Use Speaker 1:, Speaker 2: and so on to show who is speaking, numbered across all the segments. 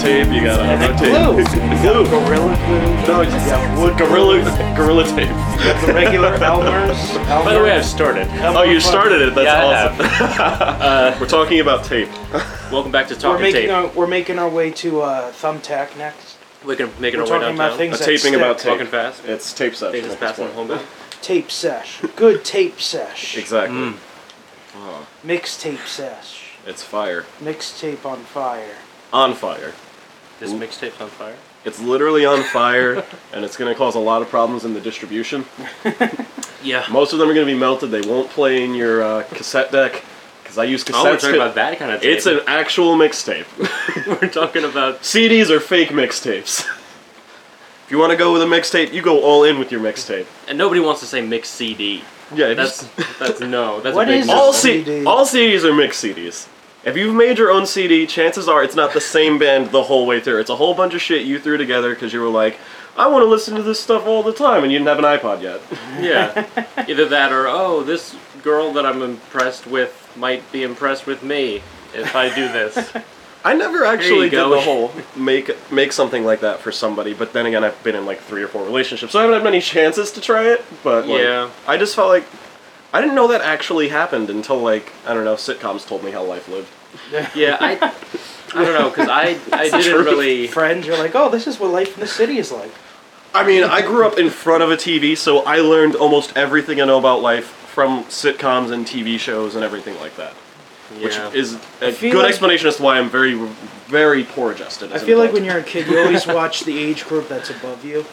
Speaker 1: tape, you got uh,
Speaker 2: And
Speaker 1: duct tape.
Speaker 2: glue.
Speaker 1: Glue.
Speaker 2: Gorilla glue.
Speaker 1: No,
Speaker 2: you got wood.
Speaker 1: Gorilla,
Speaker 2: glue,
Speaker 1: gorilla tape.
Speaker 2: You got the regular Elmer's.
Speaker 3: By the way, I've
Speaker 2: Elmer's.
Speaker 3: started.
Speaker 1: Oh, you started it. That's
Speaker 3: Yeah, I
Speaker 1: awesome. We're talking about tape.
Speaker 3: Welcome back to
Speaker 2: We're
Speaker 3: Talking
Speaker 2: making
Speaker 3: Tape.
Speaker 2: our we're making our way to uh, Thumbtack next.
Speaker 3: We're gonna make it
Speaker 2: We're
Speaker 3: our way
Speaker 2: talking about
Speaker 3: downtown.
Speaker 2: things
Speaker 1: A
Speaker 2: that
Speaker 1: taping
Speaker 2: stick.
Speaker 1: about tape.
Speaker 3: Talking fast.
Speaker 1: It's tape session.
Speaker 3: Things
Speaker 1: at this
Speaker 3: passing
Speaker 1: point.
Speaker 3: home.
Speaker 2: Tape sesh. Good tape sesh.
Speaker 1: Exactly.
Speaker 3: Mm.
Speaker 2: Mixtape sesh.
Speaker 1: It's fire.
Speaker 2: Mixtape on fire.
Speaker 1: On fire.
Speaker 3: This mixtape's on fire.
Speaker 1: It's literally on fire, and it's going to cause a lot of problems in the distribution.
Speaker 3: Yeah.
Speaker 1: Most of them are going to be melted. They won't play in your uh, cassette deck because I use
Speaker 3: Oh, we're
Speaker 1: cassettes.
Speaker 3: talking
Speaker 1: to-
Speaker 3: about that kind of tape.
Speaker 1: it's an actual mixtape.
Speaker 3: we're talking about
Speaker 1: CDs are fake mixtapes. if you want to go with a mixtape, you go all in with your mixtape.
Speaker 3: and nobody wants to say mixed CD.
Speaker 1: Yeah, if you
Speaker 3: That's that's no. That's
Speaker 2: What
Speaker 3: a big
Speaker 2: is
Speaker 3: no.
Speaker 1: all
Speaker 2: CD.
Speaker 1: C- all CDs are mixed CDs. If you've made your own CD, chances are it's not the same band the whole way through. It's a whole bunch of shit you threw together because you were like, I want to listen to this stuff all the time, and you didn't have an iPod yet.
Speaker 3: Yeah. Either that or oh, this girl that I'm impressed with might be impressed with me if I do this.
Speaker 1: I never actually did
Speaker 3: go.
Speaker 1: the whole make make something like that for somebody, but then again, I've been in like three or four relationships, so I haven't had many chances to try it. But like,
Speaker 3: Yeah.
Speaker 1: I just felt like I didn't know that actually happened until like I don't know sitcoms told me how life lived.
Speaker 3: yeah, I I don't know because I I didn't
Speaker 1: truth.
Speaker 3: really.
Speaker 2: Friends, you're like, oh, this is what life in the city is like.
Speaker 1: I mean, I grew up in front of a TV, so I learned almost everything I know about life from sitcoms and TV shows and everything like that.
Speaker 3: Yeah.
Speaker 1: Which is a
Speaker 2: feel
Speaker 1: good
Speaker 2: like-
Speaker 1: explanation as to why I'm very, very poor adjusted.
Speaker 2: I feel like when you're a kid, you always watch the age group that's above you.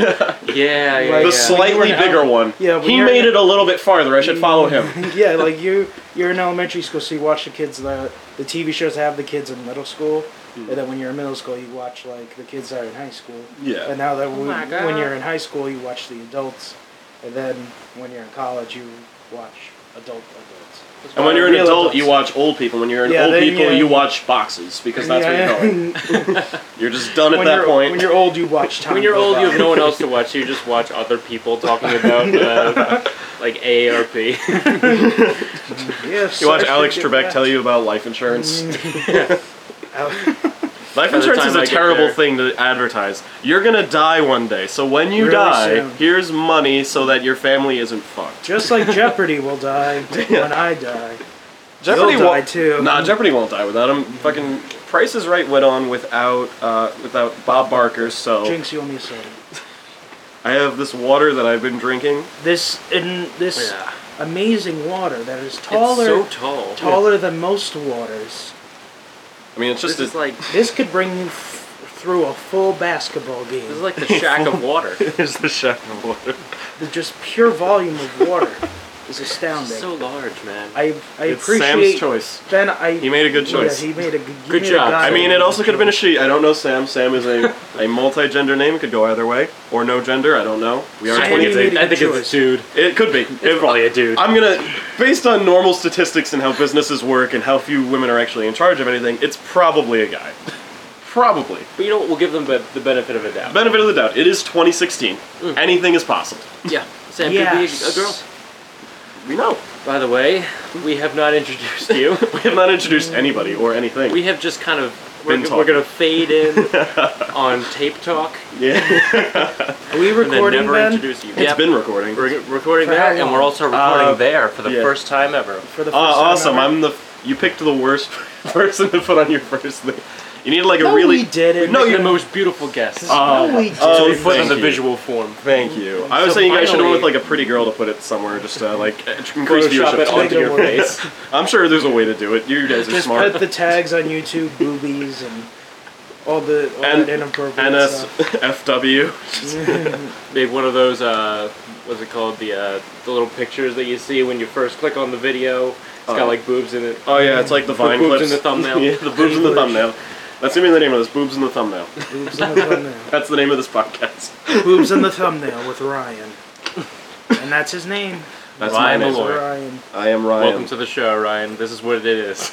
Speaker 3: yeah, yeah,
Speaker 2: Like-
Speaker 1: the
Speaker 3: yeah.
Speaker 1: slightly
Speaker 2: When you're-
Speaker 1: bigger one,
Speaker 2: Yeah, when
Speaker 1: he
Speaker 2: you're-
Speaker 1: made it a little bit farther. I should follow him.
Speaker 2: yeah, like you, you're in elementary school, so you watch the kids the the TV shows that have the kids in middle school, and then when you're in middle school, you watch like the kids that are in high school.
Speaker 1: Yeah.
Speaker 2: And now that we-
Speaker 3: Oh my God.
Speaker 2: when you're in high school, you watch the adults, and then when you're in college, you watch adult adults.
Speaker 1: And when you're an
Speaker 2: Real
Speaker 1: adult,
Speaker 2: adults.
Speaker 1: you watch old people. When you're an
Speaker 2: Yeah,
Speaker 1: old
Speaker 2: then,
Speaker 1: people,
Speaker 2: yeah.
Speaker 1: you watch boxes because that's what you're doing. You're just done at
Speaker 2: when
Speaker 1: that
Speaker 2: you're,
Speaker 1: point.
Speaker 2: When you're old, you watch. Tom
Speaker 3: When you're old, you have
Speaker 2: Brokaw.
Speaker 3: no one else to watch. so You just watch other people talking about uh, like AARP.
Speaker 2: Yes,
Speaker 1: You watch
Speaker 2: I
Speaker 1: Alex
Speaker 2: should get
Speaker 1: Trebek
Speaker 2: back.
Speaker 1: tell you about life insurance.
Speaker 2: Al-
Speaker 1: Mm. Life
Speaker 3: By the
Speaker 1: insurance
Speaker 3: time
Speaker 1: is a
Speaker 3: I get
Speaker 1: terrible
Speaker 3: there.
Speaker 1: thing to advertise. You're gonna die one day, so when you
Speaker 2: Really
Speaker 1: die,
Speaker 2: soon.
Speaker 1: here's money so that your family isn't fucked.
Speaker 2: Just like Jeopardy will die when I die.
Speaker 1: Jeopardy
Speaker 2: die
Speaker 1: won't-
Speaker 2: too.
Speaker 1: Nah, Jeopardy won't die without him. Fucking Price is Right went on without uh, without Bob Barker, so
Speaker 2: Jinx, you owe me a soda.
Speaker 1: I have this water that I've been drinking.
Speaker 2: This in this
Speaker 3: Yeah.
Speaker 2: amazing water that is
Speaker 3: It's
Speaker 2: taller,
Speaker 3: so tall.
Speaker 2: taller than most waters.
Speaker 1: I mean, it's just
Speaker 3: This is
Speaker 1: a,
Speaker 3: like
Speaker 2: This could bring you f- through a full basketball game.
Speaker 3: this is like the shack of water.
Speaker 1: it's the shack of water.
Speaker 2: the just pure volume of water is astounding.
Speaker 3: It's so large, man.
Speaker 2: I I
Speaker 1: It's Sam's
Speaker 2: appreciate
Speaker 1: choice.
Speaker 2: Ben. I
Speaker 1: He made a good choice.
Speaker 2: Yeah, he made a g- he
Speaker 3: Good
Speaker 2: made a
Speaker 3: job.
Speaker 2: guy
Speaker 1: I mean,
Speaker 2: who
Speaker 1: it also
Speaker 2: made
Speaker 1: could have been a
Speaker 2: choice.
Speaker 1: she. I don't know Sam. Sam is a, a multi-gender name. It could go either way. Or no gender. I don't know. We are
Speaker 3: I
Speaker 2: Sam
Speaker 3: think
Speaker 1: 20.
Speaker 3: it's
Speaker 2: made
Speaker 3: a,
Speaker 2: a
Speaker 3: I think
Speaker 2: good
Speaker 3: it's a dude.
Speaker 1: It could be.
Speaker 3: It's probably a dude.
Speaker 1: I'm gonna, based on normal statistics and how businesses work and how few women are actually in charge of anything, it's probably a guy. Probably.
Speaker 3: But you know what? We'll give them be- the benefit of a doubt.
Speaker 1: Benefit of the doubt. It is 2016. Anything is possible.
Speaker 3: yeah, Sam
Speaker 2: Yes.
Speaker 3: could be a, a girl.
Speaker 1: We know.
Speaker 3: By the way, we have not introduced you.
Speaker 1: We have not introduced anybody or anything.
Speaker 3: We have just kind of we're,
Speaker 1: Been
Speaker 3: we're
Speaker 1: talking.
Speaker 3: gonna fade in on tape talk
Speaker 1: yeah.
Speaker 2: Are we
Speaker 3: and then
Speaker 2: recording
Speaker 3: never
Speaker 2: Ben?
Speaker 3: introduce you.
Speaker 1: It's
Speaker 3: Yeah,
Speaker 1: been recording.
Speaker 3: we're g- recording
Speaker 2: For how
Speaker 3: that, and we're
Speaker 2: long?
Speaker 3: also recording
Speaker 1: Uh,
Speaker 3: there for the
Speaker 1: yeah.
Speaker 3: first time ever.
Speaker 2: for the
Speaker 1: Uh,
Speaker 2: first time
Speaker 1: awesome.
Speaker 2: ever?
Speaker 1: I'm the. You picked the worst person to put on your first thing. You need like a
Speaker 2: No,
Speaker 1: really.
Speaker 2: we didn't.
Speaker 1: No, you.
Speaker 3: Oh, the most beautiful guests.
Speaker 1: Oh,
Speaker 2: No, we didn't.
Speaker 1: oh,
Speaker 3: so we put it
Speaker 1: thank
Speaker 3: in the
Speaker 1: you.
Speaker 3: visual form.
Speaker 1: Thank you. I was
Speaker 3: So
Speaker 1: saying you guys should have went with
Speaker 3: finally-
Speaker 1: like a pretty girl to put it somewhere, just to like increase
Speaker 3: Photoshop
Speaker 1: viewership.
Speaker 3: it onto
Speaker 2: it
Speaker 3: your
Speaker 2: work.
Speaker 3: face.
Speaker 1: I'm sure there's a way to do it. You guys are
Speaker 2: Just
Speaker 1: smart.
Speaker 2: put the tags on YouTube, boobies, and all the all
Speaker 1: And-
Speaker 2: that inappropriate
Speaker 1: NS
Speaker 2: stuff.
Speaker 1: FW.
Speaker 3: Made one of those. Uh, what's it called? The uh, the little pictures that you see when you first click on the video. It's
Speaker 1: Oh.
Speaker 3: got like boobs in it.
Speaker 1: Oh yeah, it's like the vine
Speaker 3: boobs
Speaker 1: clips.
Speaker 3: in the thumbnail.
Speaker 1: yeah, the boobs in the thumbnail. That's gonna be the name of this. Boobs in the thumbnail.
Speaker 2: Boobs in the thumbnail.
Speaker 1: That's the name of this podcast.
Speaker 2: Boobs in the thumbnail with Ryan, and that's his name.
Speaker 1: That's
Speaker 3: Ryan
Speaker 1: my name.
Speaker 3: Malloy.
Speaker 2: Ryan.
Speaker 1: I am Ryan.
Speaker 3: Welcome to the show, Ryan. This is what it is.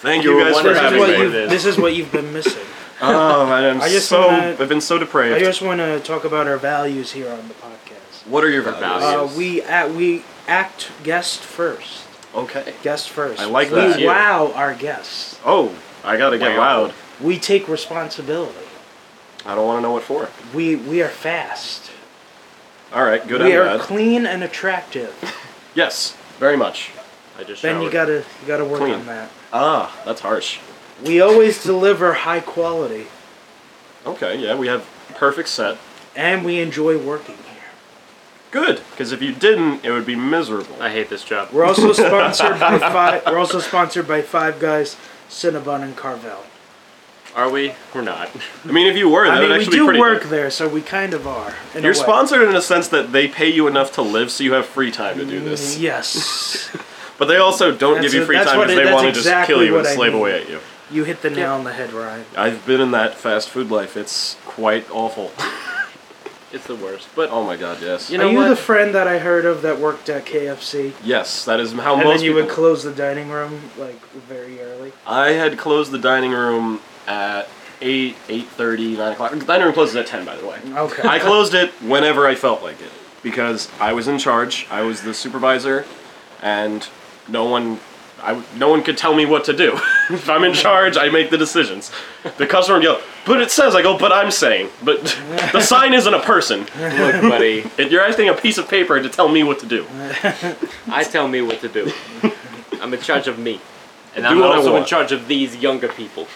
Speaker 1: Thank
Speaker 3: You
Speaker 1: you
Speaker 3: were
Speaker 1: guys for
Speaker 2: This
Speaker 3: wondering
Speaker 2: is,
Speaker 1: having
Speaker 2: what
Speaker 3: where
Speaker 1: me.
Speaker 2: you've,
Speaker 3: it is.
Speaker 2: this is what you've been missing.
Speaker 1: Oh, I am
Speaker 2: I just
Speaker 1: so.
Speaker 2: wanna-
Speaker 1: I've been so
Speaker 2: I
Speaker 1: depraved.
Speaker 2: just want to talk about our values here on the podcast.
Speaker 1: what are your
Speaker 2: Uh,
Speaker 3: values? Yes.
Speaker 2: we at we act guest first.
Speaker 1: Okay.
Speaker 2: Guest first.
Speaker 1: I like
Speaker 2: we
Speaker 1: that.
Speaker 2: wow our guests.
Speaker 1: Oh, I gotta get
Speaker 3: Wow.
Speaker 1: loud.
Speaker 2: we take responsibility.
Speaker 1: I don't want to know what for.
Speaker 2: We we are fast.
Speaker 1: All right, good
Speaker 2: we
Speaker 1: and
Speaker 2: are
Speaker 1: bad.
Speaker 2: clean and attractive.
Speaker 1: yes, very much.
Speaker 3: I just
Speaker 2: Uh, Then you
Speaker 3: showered.
Speaker 2: gotta you gotta work
Speaker 1: Clean.
Speaker 2: on that.
Speaker 1: Ah, that's harsh.
Speaker 2: We always deliver high quality,
Speaker 1: Okay, yeah, we have perfect set.
Speaker 2: and we enjoy working here.
Speaker 1: Good, because if you didn't, it would be miserable.
Speaker 3: I hate this job.
Speaker 2: We're also sponsored by five. We're also sponsored by Five Guys, Cinnabon, and Carvel.
Speaker 3: Are we? We're not.
Speaker 1: I mean, if you were, that
Speaker 2: I
Speaker 1: would
Speaker 2: mean, we
Speaker 1: actually be
Speaker 2: do
Speaker 1: pretty
Speaker 2: work
Speaker 1: good.
Speaker 2: there, so we kind of are. in a
Speaker 1: You're
Speaker 2: way.
Speaker 1: sponsored in a sense that they pay you enough to live, so you have free time to do this.
Speaker 2: Yes,
Speaker 1: But they also don't
Speaker 2: Mm-hmm. That's
Speaker 1: give you
Speaker 2: a-
Speaker 1: free
Speaker 2: that's
Speaker 1: time
Speaker 2: what
Speaker 1: because
Speaker 2: it-
Speaker 1: they
Speaker 2: that's
Speaker 1: want to just
Speaker 2: exactly
Speaker 1: kill you and
Speaker 2: what I
Speaker 1: slave
Speaker 2: mean.
Speaker 1: away at you.
Speaker 2: you hit the nail on the head, Ryan.
Speaker 1: I've been in that fast food life. It's quite awful.
Speaker 3: It's the worst. But
Speaker 1: Oh my god, yes.
Speaker 3: You know
Speaker 2: are you
Speaker 3: what?
Speaker 2: the friend that I heard of that worked at KFC?
Speaker 1: yes, that is how
Speaker 2: And
Speaker 1: most
Speaker 2: then you would
Speaker 1: people-
Speaker 2: close the dining room like very early.
Speaker 1: I had closed the dining room at 8, 8.30, 9 o'clock. The dining room closes at 10, by the way.
Speaker 2: Okay.
Speaker 1: I closed it whenever I felt like it because I was in charge. I was the supervisor, and no one, I, no one could tell me what to do. if I'm in charge, I make the decisions. The customer would go, but it says. I go, but I'm saying. But the sign isn't a person.
Speaker 3: look, buddy,
Speaker 1: And you're asking a piece of paper to tell me what to do.
Speaker 3: I tell me what to do. I'm in charge of me, and
Speaker 1: Do
Speaker 3: I'm
Speaker 1: what I
Speaker 3: also in
Speaker 1: want.
Speaker 3: charge of these younger people,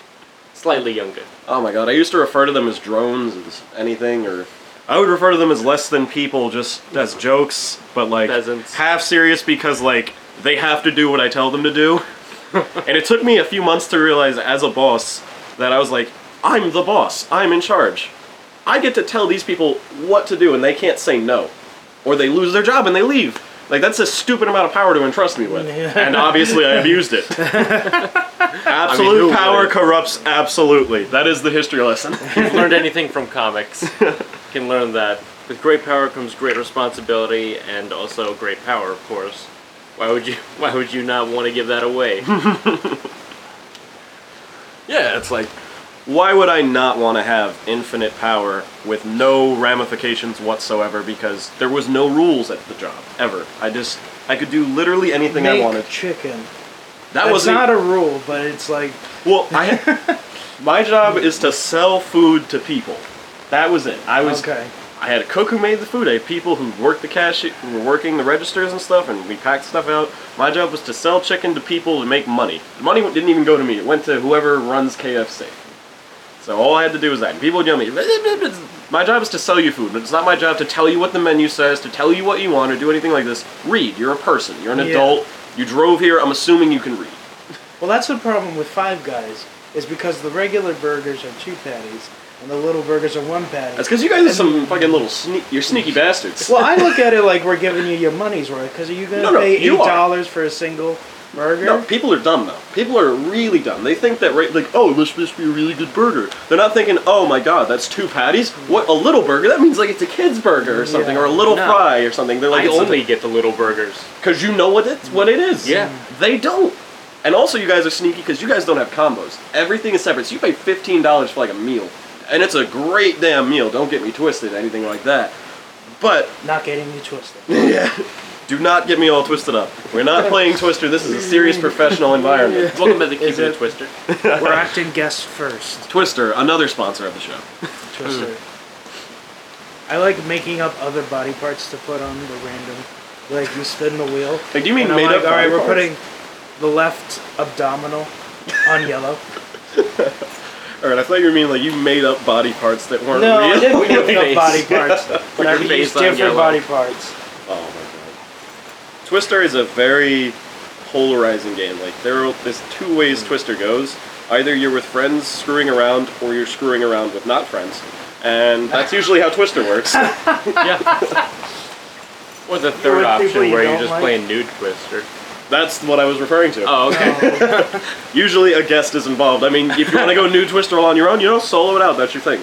Speaker 3: slightly younger.
Speaker 1: Oh my god, I used to refer to them as drones, as anything, or I would refer to them as less than people, just as jokes, but like
Speaker 3: Peasants.
Speaker 1: half serious because like they have to do what I tell them to do. and it took me a few months to realize as a boss that I was like, I'm the boss, I'm in charge. I get to tell these people what to do and they can't say no. Or they lose their job and they leave. Like that's a stupid amount of power to entrust me with. And obviously I abused it. Absolute
Speaker 3: who
Speaker 1: power
Speaker 3: wouldn't?
Speaker 1: corrupts absolutely. That is the history lesson.
Speaker 3: If you've learned anything from comics, you can learn that with great power comes great responsibility, and also great power, of course. Why would you? Why would you not want to give that away?
Speaker 1: yeah, it's like why would I not want to have infinite power with no ramifications whatsoever because there was no rules at the job ever. I just I could do literally anything
Speaker 2: Make
Speaker 1: I wanted.
Speaker 2: chicken.
Speaker 1: That
Speaker 2: That's
Speaker 1: was
Speaker 2: not a rule, but it's like
Speaker 1: Well, I my job is to sell food to people. That was it. I was
Speaker 2: okay.
Speaker 1: I had a cook who made the food. I had people who worked the cash, who were working the registers and stuff, and we packed stuff out. My job was to sell chicken to people to make money. The money didn't even go to me. It went to whoever runs KFC. So all I had to do was that. And people would yell at me. My job is to sell you food, but it's not my job to tell you what the menu says, to tell you what you want, or do anything like this. Read. You're a person. You're an
Speaker 2: Yeah.
Speaker 1: adult. You drove here. I'm assuming you can read.
Speaker 2: Well, that's the problem with Five Guys is because the regular burgers are two patties and the little burgers are one patty.
Speaker 1: That's because you guys are some fucking little sneak. You're sneaky bastards.
Speaker 2: well, I look at it like we're giving you your money's worth because are you gonna
Speaker 1: No, no,
Speaker 2: pay
Speaker 1: you
Speaker 2: eight
Speaker 1: are.
Speaker 2: dollars for a single burger?
Speaker 1: No, people are dumb though. People are really dumb. They think that right, like, oh, this must be a really good burger. They're not thinking, oh my god, that's two patties. What a little burger? That means like it's a kid's burger or something,
Speaker 2: Yeah.
Speaker 1: or a little
Speaker 3: No.
Speaker 1: fry or something. They're like,
Speaker 3: I
Speaker 1: it's
Speaker 3: only get the little burgers.
Speaker 1: because you know what it's what it is.
Speaker 3: Yeah.
Speaker 1: they don't. And also, you guys are sneaky because you guys don't have combos. Everything is separate. So you pay fifteen dollars for like a meal, and it's a great damn meal. Don't get me twisted, anything like that. But
Speaker 2: Not getting you twisted.
Speaker 1: yeah. Do not get me all twisted up. We're not playing Twister. This is a serious professional environment.
Speaker 3: Welcome to the Keeping It Twister.
Speaker 2: we're acting guests first.
Speaker 1: Twister, another sponsor of the show.
Speaker 2: Twister.
Speaker 1: Mm.
Speaker 2: I like making up other body parts to put on the random. Like you spin the wheel.
Speaker 1: Like, do you mean
Speaker 2: and I'm
Speaker 1: made
Speaker 2: like,
Speaker 1: up
Speaker 2: All right,
Speaker 1: body
Speaker 2: we're
Speaker 1: parts?"
Speaker 2: putting the left abdominal on yellow.
Speaker 1: All right, I thought you were meaning like you made up body parts that weren't
Speaker 2: No,
Speaker 1: real.
Speaker 2: I didn't make up
Speaker 3: Face.
Speaker 2: body parts. But I
Speaker 3: your face
Speaker 2: used
Speaker 3: on
Speaker 2: different
Speaker 3: yellow.
Speaker 2: body parts.
Speaker 1: Oh my god. Twister is a very polarizing game. Like there are there's two ways Twister goes. Either you're with friends screwing around or you're screwing around with not friends. And that's usually how Twister works.
Speaker 3: Yeah. Or the third
Speaker 2: with people
Speaker 3: option
Speaker 2: you
Speaker 3: where you're
Speaker 2: don't
Speaker 3: just
Speaker 2: like?
Speaker 3: playing nude Twister.
Speaker 1: That's what I was referring to.
Speaker 3: Oh, okay.
Speaker 1: Usually a guest is involved. I mean, if you want to go new Twister all on your own, you know, solo it out. That's your thing.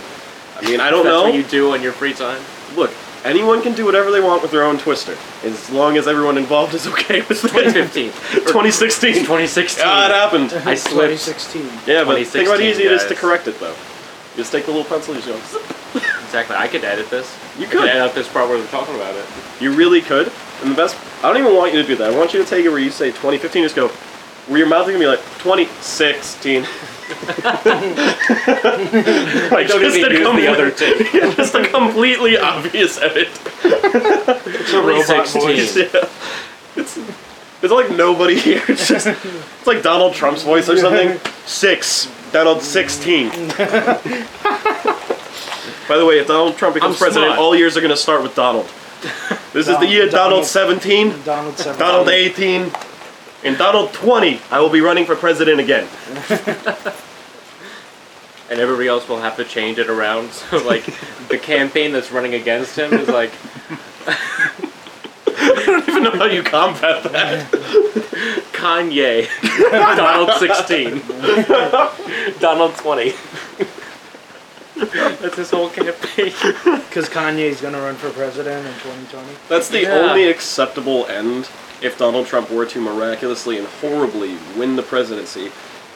Speaker 1: I mean, I don't
Speaker 3: That's
Speaker 1: know.
Speaker 3: what you do on your free time.
Speaker 1: Look, anyone can do whatever they want with their own Twister, as long as everyone involved is okay with it.
Speaker 3: 2015.
Speaker 1: 2016.
Speaker 3: 2016.
Speaker 1: Ah, it happened.
Speaker 3: I slipped.
Speaker 2: 2016.
Speaker 1: Yeah, but think about how
Speaker 3: 2016,
Speaker 1: easy it is
Speaker 3: guys.
Speaker 1: to correct it, though. You just take the little pencil, you just go. zip.
Speaker 3: Exactly. I could edit this.
Speaker 1: You
Speaker 3: I could
Speaker 1: could.
Speaker 3: edit out this part where we're talking about it.
Speaker 1: You really could. And the best, I don't even want you to do that. I want you to take it where you say 2015, just go where your mouth is gonna be like 2016. like
Speaker 3: don't
Speaker 1: just
Speaker 3: even
Speaker 1: a
Speaker 3: use the
Speaker 1: complete-
Speaker 3: other two.
Speaker 1: yeah, just a completely obvious edit.
Speaker 3: It's a robot
Speaker 1: 2016.
Speaker 3: voice.
Speaker 1: Yeah. It's there's like nobody here. It's just it's like Donald Trump's voice or something. Six. Donald sixteen. By the way, if Donald Trump becomes
Speaker 3: I'm
Speaker 1: president,
Speaker 3: smart.
Speaker 1: all years are gonna start with Donald. This is
Speaker 2: Don-
Speaker 1: the year Donald
Speaker 2: Donald.
Speaker 1: seventeen.
Speaker 2: Donald Seven.
Speaker 1: Donald 18, and Donald 20, I will be running for president again.
Speaker 3: And everybody else will have to change it around. So like the campaign that's running against him is like
Speaker 1: I don't even know how you combat that.
Speaker 3: Kanye, Donald 16, Donald 20. That's his whole campaign.
Speaker 2: Because Kanye's gonna run for president in 2020.
Speaker 1: That's the
Speaker 3: Yeah.
Speaker 1: only acceptable end if Donald Trump were to miraculously and horribly win the presidency,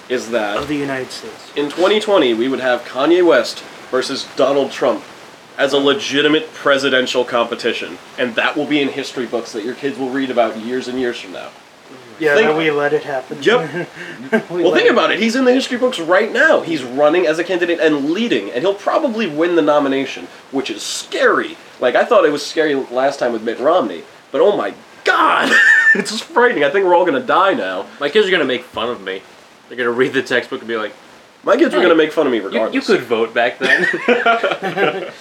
Speaker 1: is
Speaker 2: Of
Speaker 1: that
Speaker 2: the United States.
Speaker 1: in 2020 we would have Kanye West versus Donald Trump as a legitimate presidential competition, and that will be in history books that your kids will read about years and years from now.
Speaker 2: Yeah,
Speaker 1: Think-
Speaker 2: that we let it happen.
Speaker 1: Yep.
Speaker 2: We
Speaker 1: Well,
Speaker 2: let
Speaker 1: think about it. He's in the history books right now. He's running as a candidate and leading, and he'll probably win the nomination, which is scary. Like, I thought it was scary last time with Mitt Romney, but oh my god! it's just frightening. I think we're all gonna die now.
Speaker 3: My kids are gonna make fun of me. They're gonna read the textbook and be like,
Speaker 1: My kids were
Speaker 3: Hey,
Speaker 1: gonna make fun of me
Speaker 3: you,
Speaker 1: regardless.
Speaker 3: you could vote back then.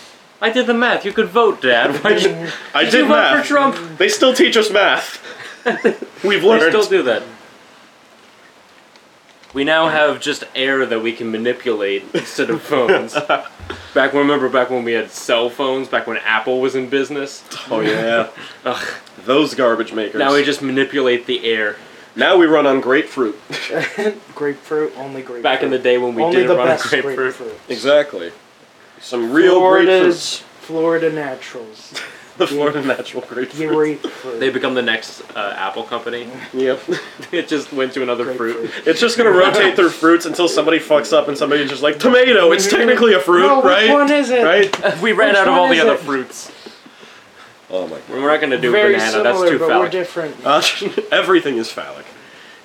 Speaker 3: I did the math. You could vote, Dad. Why did
Speaker 1: I
Speaker 3: you vote for Trump?
Speaker 1: They still teach us math. We've
Speaker 3: They
Speaker 1: learned.
Speaker 3: still do that. We now have just air that we can manipulate instead of phones. back when, remember back when we had cell phones, back when Apple was in business?
Speaker 1: oh yeah.
Speaker 3: Ugh.
Speaker 1: Those garbage makers.
Speaker 3: Now we just manipulate the air.
Speaker 1: now we run on grapefruit.
Speaker 2: it. grapefruit, only grapefruit.
Speaker 3: Back in the day when we
Speaker 2: only
Speaker 3: did
Speaker 2: the
Speaker 3: run on
Speaker 2: best
Speaker 3: grapefruit.
Speaker 1: exactly. Some real grapefruit.
Speaker 2: Florida's Florida Naturals.
Speaker 1: The Florida natural grapefruit.
Speaker 2: Grapefruit.
Speaker 3: They become the next uh, Apple company.
Speaker 1: Yep.
Speaker 3: it just went to another fruit.
Speaker 2: Grapefruit.
Speaker 1: It's just gonna rotate through fruits until somebody fucks up and somebody's just like, tomato, it's technically a fruit,
Speaker 2: No, which
Speaker 1: right?
Speaker 2: one is it?
Speaker 1: Right?
Speaker 3: we ran
Speaker 2: Which
Speaker 3: out of
Speaker 2: one
Speaker 3: all the
Speaker 2: is
Speaker 3: other
Speaker 2: it?
Speaker 3: fruits.
Speaker 1: Oh my god.
Speaker 3: We're not gonna do
Speaker 2: Very
Speaker 3: banana.
Speaker 2: similar,
Speaker 3: That's too
Speaker 2: but we're
Speaker 3: phallic.
Speaker 2: different.
Speaker 1: Uh, everything is phallic.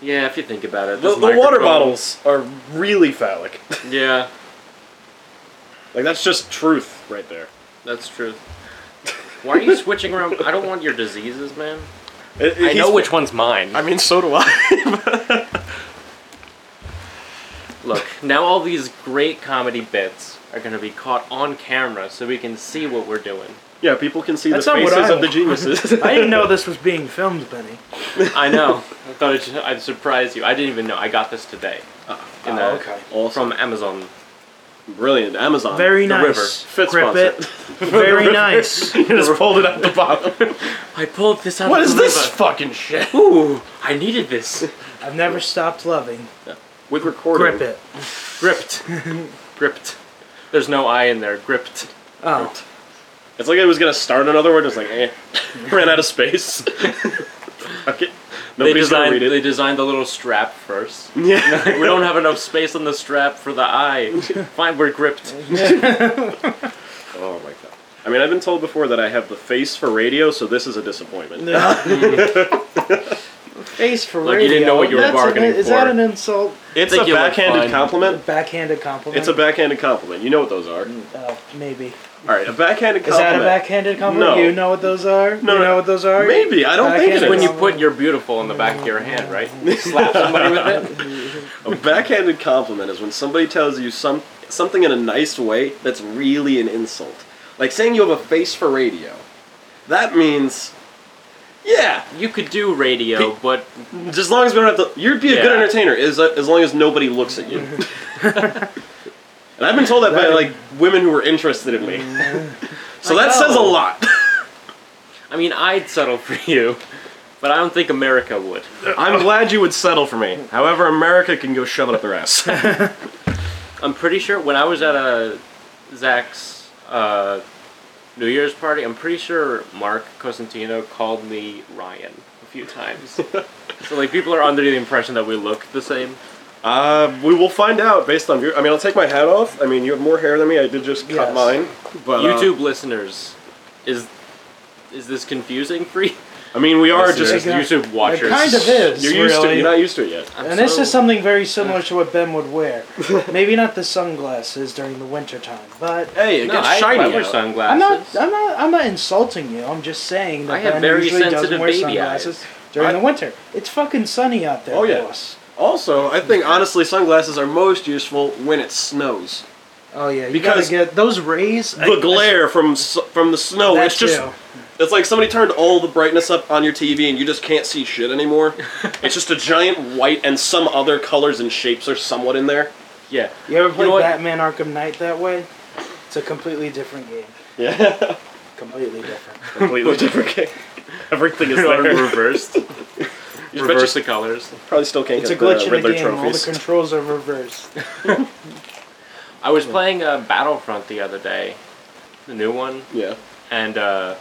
Speaker 3: Yeah, if you think about it.
Speaker 1: The,
Speaker 3: this
Speaker 1: the water
Speaker 3: microphone-
Speaker 1: bottles are really phallic.
Speaker 3: Yeah,
Speaker 1: Like, that's just truth right there.
Speaker 3: that's true. Why are you switching around? I don't want your diseases, man.
Speaker 1: It- it-
Speaker 3: I know
Speaker 1: he's-
Speaker 3: which one's mine.
Speaker 1: I mean, so do I.
Speaker 3: Look, now all these great comedy bits are gonna be caught on camera, so we can see what we're doing.
Speaker 1: yeah, people can see
Speaker 2: That's
Speaker 1: the
Speaker 2: not what
Speaker 1: faces
Speaker 2: I
Speaker 1: of the
Speaker 2: want.
Speaker 1: geniuses.
Speaker 2: I didn't know this was being filmed, Benny.
Speaker 3: I know. I thought it should, I'd surprise you. I didn't even know. I got this today. In
Speaker 2: oh,
Speaker 3: the-
Speaker 2: okay.
Speaker 1: Ah, Awesome.
Speaker 3: From Amazon.
Speaker 1: Brilliant. Amazon.
Speaker 2: Very
Speaker 3: Um, the
Speaker 2: nice.
Speaker 1: river. Fit
Speaker 2: Grip it.
Speaker 1: The
Speaker 2: Very
Speaker 1: river.
Speaker 2: nice.
Speaker 1: You just pulled it out the bottom.
Speaker 3: I pulled this out
Speaker 1: what
Speaker 3: of
Speaker 1: is
Speaker 3: the
Speaker 1: this
Speaker 3: river.
Speaker 1: fucking shit?
Speaker 3: Ooh, I needed this.
Speaker 2: I've never stopped loving.
Speaker 1: With recording.
Speaker 2: Grip it.
Speaker 3: Gripped. gripped. There's no I in there. Gripped.
Speaker 2: Oh,
Speaker 1: It's like it was gonna start another word. It's like, eh, ran out of space. Fuck it.
Speaker 3: They
Speaker 1: Nobody's gonna
Speaker 3: designed,
Speaker 1: read it.
Speaker 3: they designed the little strap first.
Speaker 1: Yeah.
Speaker 3: we don't have enough space on the strap for the I. Fine, we're gripped.
Speaker 1: oh my god. I mean, I've been told before that I have the face for radio, so this is a disappointment.
Speaker 2: face for
Speaker 3: Like
Speaker 2: radio.
Speaker 3: you didn't know what you were
Speaker 2: That's an-
Speaker 3: bargaining
Speaker 2: Is that
Speaker 3: for.
Speaker 2: an insult?
Speaker 1: It's
Speaker 3: I
Speaker 1: a
Speaker 3: think you'll look
Speaker 1: backhanded
Speaker 3: fine.
Speaker 2: A
Speaker 1: compliment.
Speaker 2: backhanded compliment.
Speaker 1: It's a backhanded compliment. You know what those are.
Speaker 3: Mm.
Speaker 2: Oh, maybe.
Speaker 1: All right, a backhanded compliment.
Speaker 2: Is that a backhanded compliment?
Speaker 1: No.
Speaker 2: You know what those are?
Speaker 1: No,
Speaker 2: you
Speaker 1: no.
Speaker 2: know what those are?
Speaker 1: Maybe I don't think it
Speaker 2: Backhanded
Speaker 1: is.
Speaker 3: When you put "you're beautiful" in the back of your hand, right? Slap somebody with it.
Speaker 1: a backhanded compliment is when somebody tells you some something in a nice way that's really an insult. Like saying you have a face for radio. That means, yeah,
Speaker 3: You could do radio, but
Speaker 1: Just as long as we don't have to. You'd be a good
Speaker 3: Yeah.
Speaker 1: entertainer as, as long as nobody looks at you. and I've been told that Mm. by
Speaker 2: That-
Speaker 1: like women who were interested in me. so that says a
Speaker 3: know.
Speaker 1: lot.
Speaker 3: I mean, I'd settle for you. But I don't think America would.
Speaker 1: I'm glad you would settle for me. However, America can go shove it up their ass.
Speaker 3: I'm pretty sure when I was at a Zach's uh, New Year's party, I'm pretty sure Mark Cosentino called me Ryan a few times. so like people are under the impression that we look the same.
Speaker 1: uh, we will find out based on your. I mean, I'll take my hat off. I mean, you have more hair than me. I did just cut
Speaker 2: Yes.
Speaker 1: mine. But uh,
Speaker 3: YouTube listeners, is is this confusing for you?
Speaker 1: I mean, we are
Speaker 3: Listeners,
Speaker 1: just.
Speaker 2: Exactly.
Speaker 3: YouTube
Speaker 2: It
Speaker 3: watchers.
Speaker 2: kind of is.
Speaker 1: You're used
Speaker 2: really.
Speaker 1: to. You're not used to it yet.
Speaker 3: I'm
Speaker 2: And this
Speaker 3: so-
Speaker 2: is something very similar to what Ben would wear. Maybe not the sunglasses during the winter time, but
Speaker 1: Hey, it
Speaker 3: No,
Speaker 1: gets
Speaker 3: I,
Speaker 1: shiny.
Speaker 3: I wear
Speaker 1: out.
Speaker 2: I'm
Speaker 3: sunglasses.
Speaker 2: not. I'm not. I'm not insulting you. I'm just saying that
Speaker 3: I have
Speaker 2: Ben
Speaker 3: very
Speaker 2: usually doesn't
Speaker 3: sensitive
Speaker 2: wear
Speaker 3: baby
Speaker 2: sunglasses
Speaker 3: eyes.
Speaker 2: during
Speaker 1: I-
Speaker 2: the winter. It's fucking sunny out there.
Speaker 1: Oh, yeah.
Speaker 2: boss.
Speaker 1: Also, I think honestly, sunglasses are most useful when it snows.
Speaker 2: Oh yeah. You
Speaker 1: Because
Speaker 2: gotta get those rays. I-
Speaker 1: The glare from s- from the snow.
Speaker 2: That
Speaker 1: It's just.
Speaker 2: too.
Speaker 1: It's like somebody turned all the brightness up on your TV and you just can't see shit anymore. it's just a giant white and some other colors and shapes are somewhat in there.
Speaker 3: Yeah.
Speaker 2: You ever
Speaker 3: know
Speaker 2: played
Speaker 3: what?
Speaker 2: Batman Arkham Knight that way? It's a completely different game.
Speaker 1: Yeah,
Speaker 2: Completely different.
Speaker 1: completely different game. Everything is
Speaker 3: They're
Speaker 1: there.
Speaker 3: reversed.
Speaker 1: You
Speaker 3: Reverse the colors.
Speaker 1: probably still can't
Speaker 2: It's a
Speaker 1: get
Speaker 2: glitch
Speaker 1: the
Speaker 2: in the
Speaker 1: Riddler
Speaker 2: game. All the
Speaker 1: trophies.
Speaker 2: controls are reversed.
Speaker 3: I was playing uh, Battlefront the other day, the new one,
Speaker 1: yeah.
Speaker 3: and uh,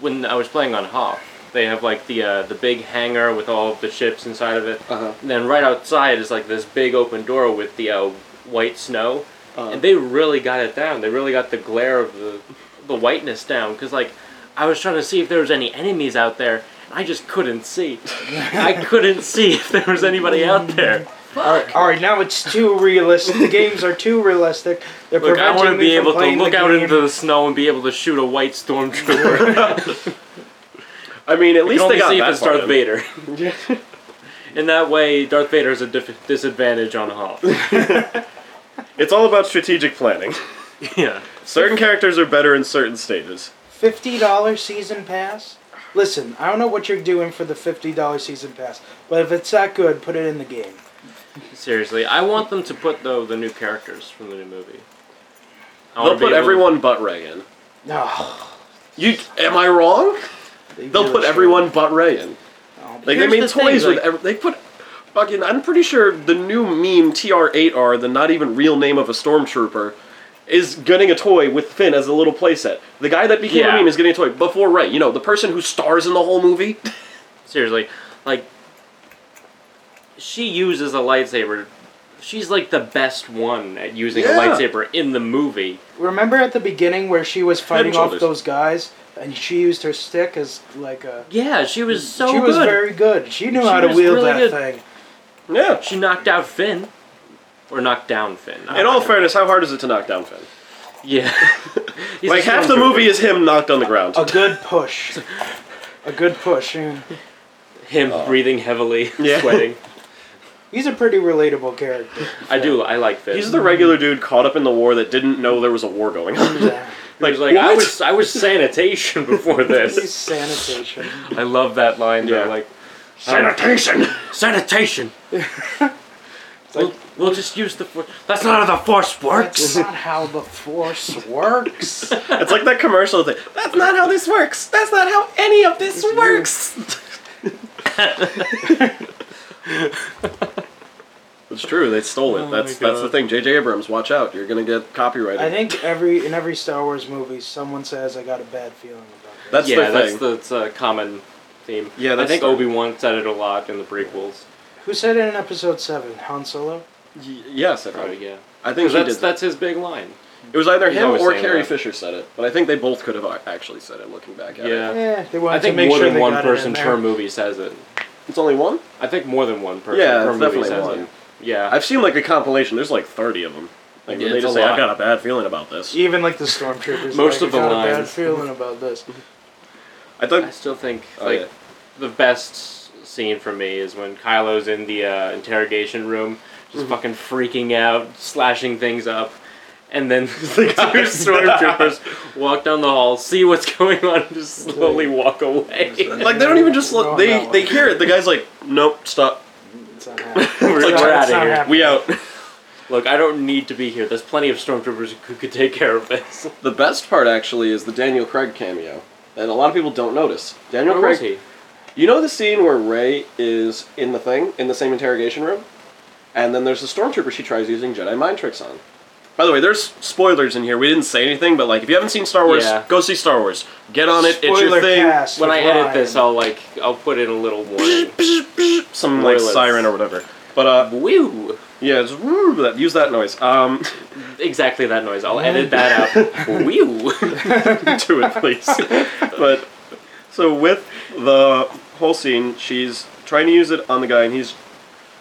Speaker 3: when I was playing on Hoth, they have like the uh, the big hangar with all of the ships inside of it.
Speaker 1: Uh-huh.
Speaker 3: And then right outside is like this big open door with the uh, white snow,
Speaker 1: Uh-huh.
Speaker 3: and they really got it down. They really got the glare of the the whiteness down because like I was trying to see if there was any enemies out there. and I just couldn't see. I couldn't see if there was anybody out there.
Speaker 2: All right, all right. Now it's too realistic. The games are too realistic. They're
Speaker 3: Look, I
Speaker 2: preventing
Speaker 3: want to
Speaker 2: me
Speaker 3: be
Speaker 2: from
Speaker 3: able to
Speaker 2: playing the
Speaker 3: look out
Speaker 2: game.
Speaker 3: into the snow and be able to shoot a white stormtrooper.
Speaker 1: I mean, at
Speaker 3: At
Speaker 1: least
Speaker 3: least
Speaker 1: they got
Speaker 3: see
Speaker 1: that
Speaker 3: if it's
Speaker 1: part
Speaker 3: Darth
Speaker 1: in.
Speaker 3: Vader. In that way, Darth Vader is a dif- disadvantage on Hoth.
Speaker 1: It's all about strategic planning.
Speaker 3: yeah.
Speaker 1: Certain characters are better in certain stages.
Speaker 2: Fifty dollar season pass. Listen, I don't know what you're doing for the fifty dollar season pass, but if it's that good, put it in the game.
Speaker 3: Seriously, I want them to put though the new characters from the new movie. I wanna
Speaker 1: They'll
Speaker 3: be
Speaker 1: put
Speaker 3: able to-
Speaker 1: everyone but Ray in.
Speaker 2: No.
Speaker 1: You am I wrong?
Speaker 2: they
Speaker 1: They'll
Speaker 2: really
Speaker 1: put
Speaker 2: should.
Speaker 1: everyone but Ray in.
Speaker 2: Oh,
Speaker 1: Like
Speaker 3: Here's
Speaker 1: they
Speaker 3: the
Speaker 1: made
Speaker 3: thing,
Speaker 1: toys with.
Speaker 3: like-
Speaker 1: Every, they put fucking. I'm pretty sure the new meme TR8R, the not even real name of a stormtrooper, is getting a toy with Finn as a little playset. The guy that became
Speaker 3: Yeah.
Speaker 1: a meme is getting a toy before Ray. You know, the person who stars in the whole movie.
Speaker 3: Seriously, like she uses a lightsaber. She's like the best one at using a
Speaker 1: Yeah.
Speaker 3: lightsaber in the movie.
Speaker 2: Remember at the beginning where she was fighting
Speaker 1: and
Speaker 2: off
Speaker 1: shoulders.
Speaker 2: those guys, and she used her stick as like a.
Speaker 3: Yeah, she was so
Speaker 2: she
Speaker 3: good.
Speaker 2: was very good. She knew
Speaker 3: She
Speaker 2: how to
Speaker 3: was
Speaker 2: wield
Speaker 3: really
Speaker 2: that
Speaker 3: good.
Speaker 2: thing.
Speaker 1: yeah.
Speaker 3: She knocked out Finn, or knocked down Finn.
Speaker 1: In all fairness, how hard is it to knock down Finn?
Speaker 3: yeah. He's
Speaker 1: Like
Speaker 3: a
Speaker 1: half the
Speaker 3: stormtrooper.
Speaker 1: movie is him knocked on the ground.
Speaker 2: A good push. a good push. and
Speaker 3: Him breathing heavily,
Speaker 1: Oh. Yeah.
Speaker 3: sweating.
Speaker 2: He's a pretty relatable character.
Speaker 3: I do. I like Finn.
Speaker 1: He's the regular dude caught up in the war that didn't know there was a war going on.
Speaker 2: Yeah.
Speaker 3: He was like, I
Speaker 1: what?
Speaker 3: was I was sanitation before
Speaker 2: He's
Speaker 3: this.
Speaker 2: sanitation.
Speaker 3: I love that line. Yeah.
Speaker 1: Yeah.
Speaker 3: Like
Speaker 1: um, Sanitation.
Speaker 3: sanitation. we'll, we'll just use the force. That's not how the force
Speaker 2: That's
Speaker 3: works.
Speaker 2: not how the force works.
Speaker 1: It's like that commercial thing. That's not how this works. That's not how any of this works. it's true. They stole it.
Speaker 3: Oh my
Speaker 1: that's that's the
Speaker 3: God.
Speaker 1: thing. J.J. Abrams, watch out. You're gonna get copyrighted.
Speaker 2: I think every in every Star Wars movie, someone says, "I got a bad feeling about that."
Speaker 1: that's
Speaker 3: yeah,
Speaker 1: the
Speaker 3: that's
Speaker 1: thing.
Speaker 3: the it's a common theme.
Speaker 1: Yeah,
Speaker 3: I
Speaker 1: that's
Speaker 3: think
Speaker 1: the-
Speaker 3: Obi Wan said it a lot in the prequels.
Speaker 2: Who said it in Episode Seven? Han Solo.
Speaker 1: Y- yes, I
Speaker 3: Probably
Speaker 1: think.
Speaker 3: yeah.
Speaker 1: I think
Speaker 3: 'Cause
Speaker 1: he
Speaker 3: that's
Speaker 1: did. That.
Speaker 3: that's his big line.
Speaker 1: It was either
Speaker 3: he's
Speaker 1: him
Speaker 3: always
Speaker 1: or
Speaker 3: saying
Speaker 1: Carrie
Speaker 3: that.
Speaker 1: Fisher said it, but I think they both could have uh, actually said it. Looking back at it,
Speaker 3: Yeah.
Speaker 2: Yeah, Eh, they wanted
Speaker 3: I think
Speaker 2: to make
Speaker 3: more
Speaker 2: sure
Speaker 3: than
Speaker 2: they
Speaker 3: one
Speaker 2: got
Speaker 3: person
Speaker 2: it in
Speaker 3: per
Speaker 2: there.
Speaker 3: movie says it.
Speaker 1: it's only one.
Speaker 3: I think more than one person
Speaker 1: Yeah,
Speaker 3: per
Speaker 1: it's
Speaker 3: movie
Speaker 1: definitely
Speaker 3: says
Speaker 1: one.
Speaker 3: it. Yeah.
Speaker 1: I've seen like a compilation. There's like 30 of them. Like
Speaker 3: Yeah,
Speaker 1: when they
Speaker 3: it's
Speaker 1: just
Speaker 3: a
Speaker 1: say, "I've got
Speaker 3: lot.
Speaker 1: a bad feeling about this."
Speaker 2: Even like the stormtroopers.
Speaker 3: Most
Speaker 2: like,
Speaker 3: of the
Speaker 2: "I got A bad
Speaker 3: lines.
Speaker 2: feeling about this.
Speaker 1: I thought.
Speaker 3: I still think like
Speaker 1: Oh, yeah.
Speaker 3: the best scene for me is when Kylo's in the uh, interrogation room, just fucking freaking out, slashing things up, and then the two stormtroopers walk down the hall, see what's going on, and just slowly walk away.
Speaker 1: Like they don't even just
Speaker 2: Wrong
Speaker 1: look. They
Speaker 2: that
Speaker 1: they
Speaker 2: one.
Speaker 1: hear it. The guy's like, "Nope, stop.
Speaker 2: It's not happening.
Speaker 3: we're
Speaker 2: It's not-
Speaker 3: outta
Speaker 2: it's not
Speaker 3: here.
Speaker 2: happening.
Speaker 1: We out."
Speaker 3: Look, I don't need to be here. There's plenty of stormtroopers who could take care of this.
Speaker 1: The best part actually is the Daniel Craig cameo, and a lot of people don't notice. Daniel
Speaker 3: Where
Speaker 1: Craig.
Speaker 3: was he?
Speaker 1: You know the scene where Ray is in the thing in the same interrogation room, and then there's the stormtrooper she tries using Jedi mind tricks on. By the way, there's spoilers in here. We didn't say anything, but like if you haven't seen Star Wars,
Speaker 3: Yeah.
Speaker 1: go see Star Wars. Get on it. it's your
Speaker 2: Spoiler
Speaker 1: thing.
Speaker 2: cast
Speaker 3: When I
Speaker 2: with
Speaker 3: edit
Speaker 2: Ryan.
Speaker 3: this, I'll like I'll put in a little warning.
Speaker 1: Some like
Speaker 3: Spoilers.
Speaker 1: siren or whatever. But uh,
Speaker 3: Woo!
Speaker 1: yeah, just, woo, that, use that noise. Um,
Speaker 3: Exactly that noise. I'll edit that out. Woo!
Speaker 1: do it, please. but So with the whole scene, she's trying to use it on the guy, and he's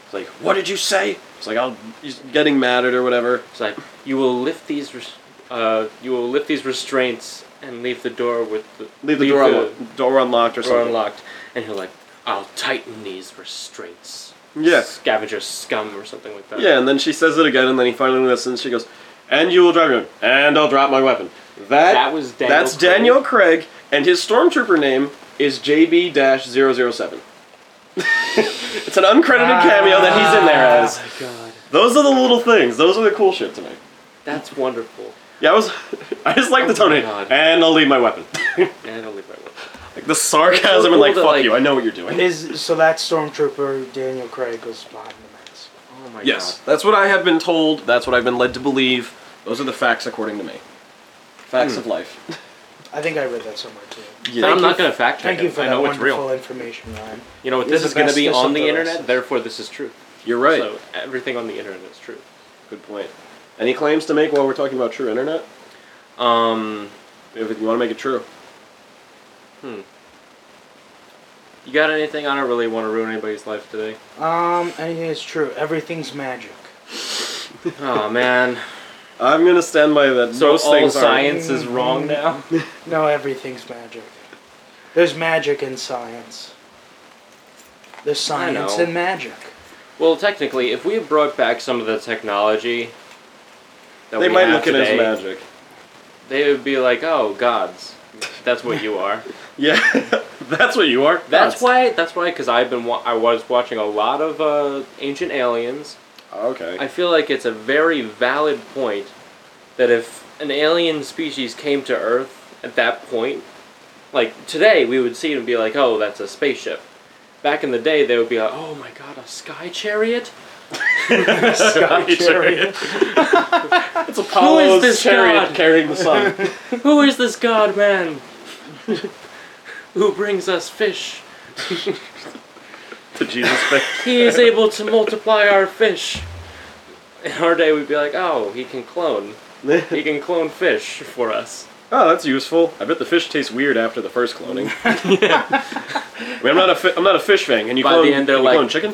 Speaker 1: he's like, "What did you say?" It's like, "I'll," he's getting mad at her, whatever.
Speaker 3: It's like you will lift these, res- uh, you will lift these restraints and leave the door with the,
Speaker 1: Leave the door, unlo- door unlocked or
Speaker 3: door
Speaker 1: something.
Speaker 3: unlocked. And he'll like, I'll tighten these restraints.
Speaker 1: Yeah.
Speaker 3: scavenger scum or something like that.
Speaker 1: Yeah, and then she says it again, and then he finally listens. She goes, "And you will drive me, home, and I'll drop my weapon." That
Speaker 3: That was Daniel
Speaker 1: that's
Speaker 3: Craig.
Speaker 1: Daniel Craig, and his stormtrooper name is JB 007. it's an
Speaker 3: Ah.
Speaker 1: uncredited cameo that he's in there as.
Speaker 3: Oh my god,
Speaker 1: Those are the little things. Those are the cool shit to me.
Speaker 3: that's wonderful.
Speaker 1: Yeah, I was. I just like the
Speaker 3: Oh
Speaker 1: tone.
Speaker 3: my
Speaker 1: of it,
Speaker 3: God.
Speaker 1: And I'll leave my weapon.
Speaker 3: And I'll leave right with.
Speaker 1: like the sarcasm
Speaker 3: cool
Speaker 1: and like
Speaker 3: that,
Speaker 1: fuck
Speaker 3: like-
Speaker 1: you. I know what you're doing.
Speaker 2: Is so that stormtrooper Daniel Craig was behind the mask.
Speaker 3: Oh my
Speaker 1: yes, that's what I have been told. That's what I've been led to believe. Those are the facts according to me. Facts
Speaker 3: Hmm.
Speaker 1: of life.
Speaker 2: I think I read that somewhere too.
Speaker 3: god.
Speaker 1: Yeah.
Speaker 3: I'm not gonna fact check
Speaker 2: Thank you
Speaker 3: it.
Speaker 2: for
Speaker 3: I
Speaker 2: that
Speaker 3: know it's
Speaker 2: wonderful
Speaker 3: real.
Speaker 2: information, Ryan.
Speaker 3: You know what?
Speaker 2: You're
Speaker 3: This
Speaker 2: the
Speaker 3: is gonna
Speaker 2: best
Speaker 3: be
Speaker 2: this
Speaker 3: on
Speaker 2: of
Speaker 3: the
Speaker 2: the rest
Speaker 3: internet.
Speaker 2: of
Speaker 3: Therefore, this is true.
Speaker 1: You're right.
Speaker 3: So everything on the internet is true.
Speaker 1: Good point. Any claims to make while we're talking about true internet?
Speaker 3: Um,
Speaker 1: If you want to make it true.
Speaker 3: you got anything? I don't really want to ruin anybody's life today.
Speaker 2: Um, anything is true. Everything's magic.
Speaker 3: Oh man.
Speaker 1: I'm gonna stand by that.
Speaker 3: So
Speaker 1: most
Speaker 3: all
Speaker 1: things
Speaker 3: science is wrong now.
Speaker 2: No, everything's magic. There's magic in science. There's
Speaker 3: I know.
Speaker 2: science and magic.
Speaker 3: Well, technically, if we brought back some of the technology that
Speaker 1: Aren't. They
Speaker 3: we
Speaker 1: might
Speaker 3: have
Speaker 1: look at it as
Speaker 3: today,
Speaker 1: magic.
Speaker 3: they would be like, "Oh, gods, that's what you are."
Speaker 1: Yeah, that's what you are.
Speaker 3: That's why. That's why. Because I've been. Wa- I was watching a lot of uh, Ancient Aliens.
Speaker 1: Okay.
Speaker 3: I feel like it's a very valid point that if an alien species came to Earth at that point, like today, we would see it and be like, "Oh, that's a spaceship." Back in the day, they would be like, "Oh my God, a sky chariot."
Speaker 2: Sky chariot.
Speaker 1: It's Apollo's
Speaker 3: this
Speaker 1: chariot
Speaker 3: god?
Speaker 1: carrying the sun.
Speaker 3: Who is this god man? Who brings us fish?
Speaker 1: the Jesus thing.
Speaker 3: He is able to multiply our fish. In our day, we'd be like, oh, he can clone. He can clone fish for us.
Speaker 1: Oh, that's useful. I bet the fish tastes weird after the first cloning. I mean, I'm not a fi- I'm not a fish fan. Can you
Speaker 3: By
Speaker 1: clone,
Speaker 3: the end, they're
Speaker 1: can you
Speaker 3: like-
Speaker 1: clone chicken?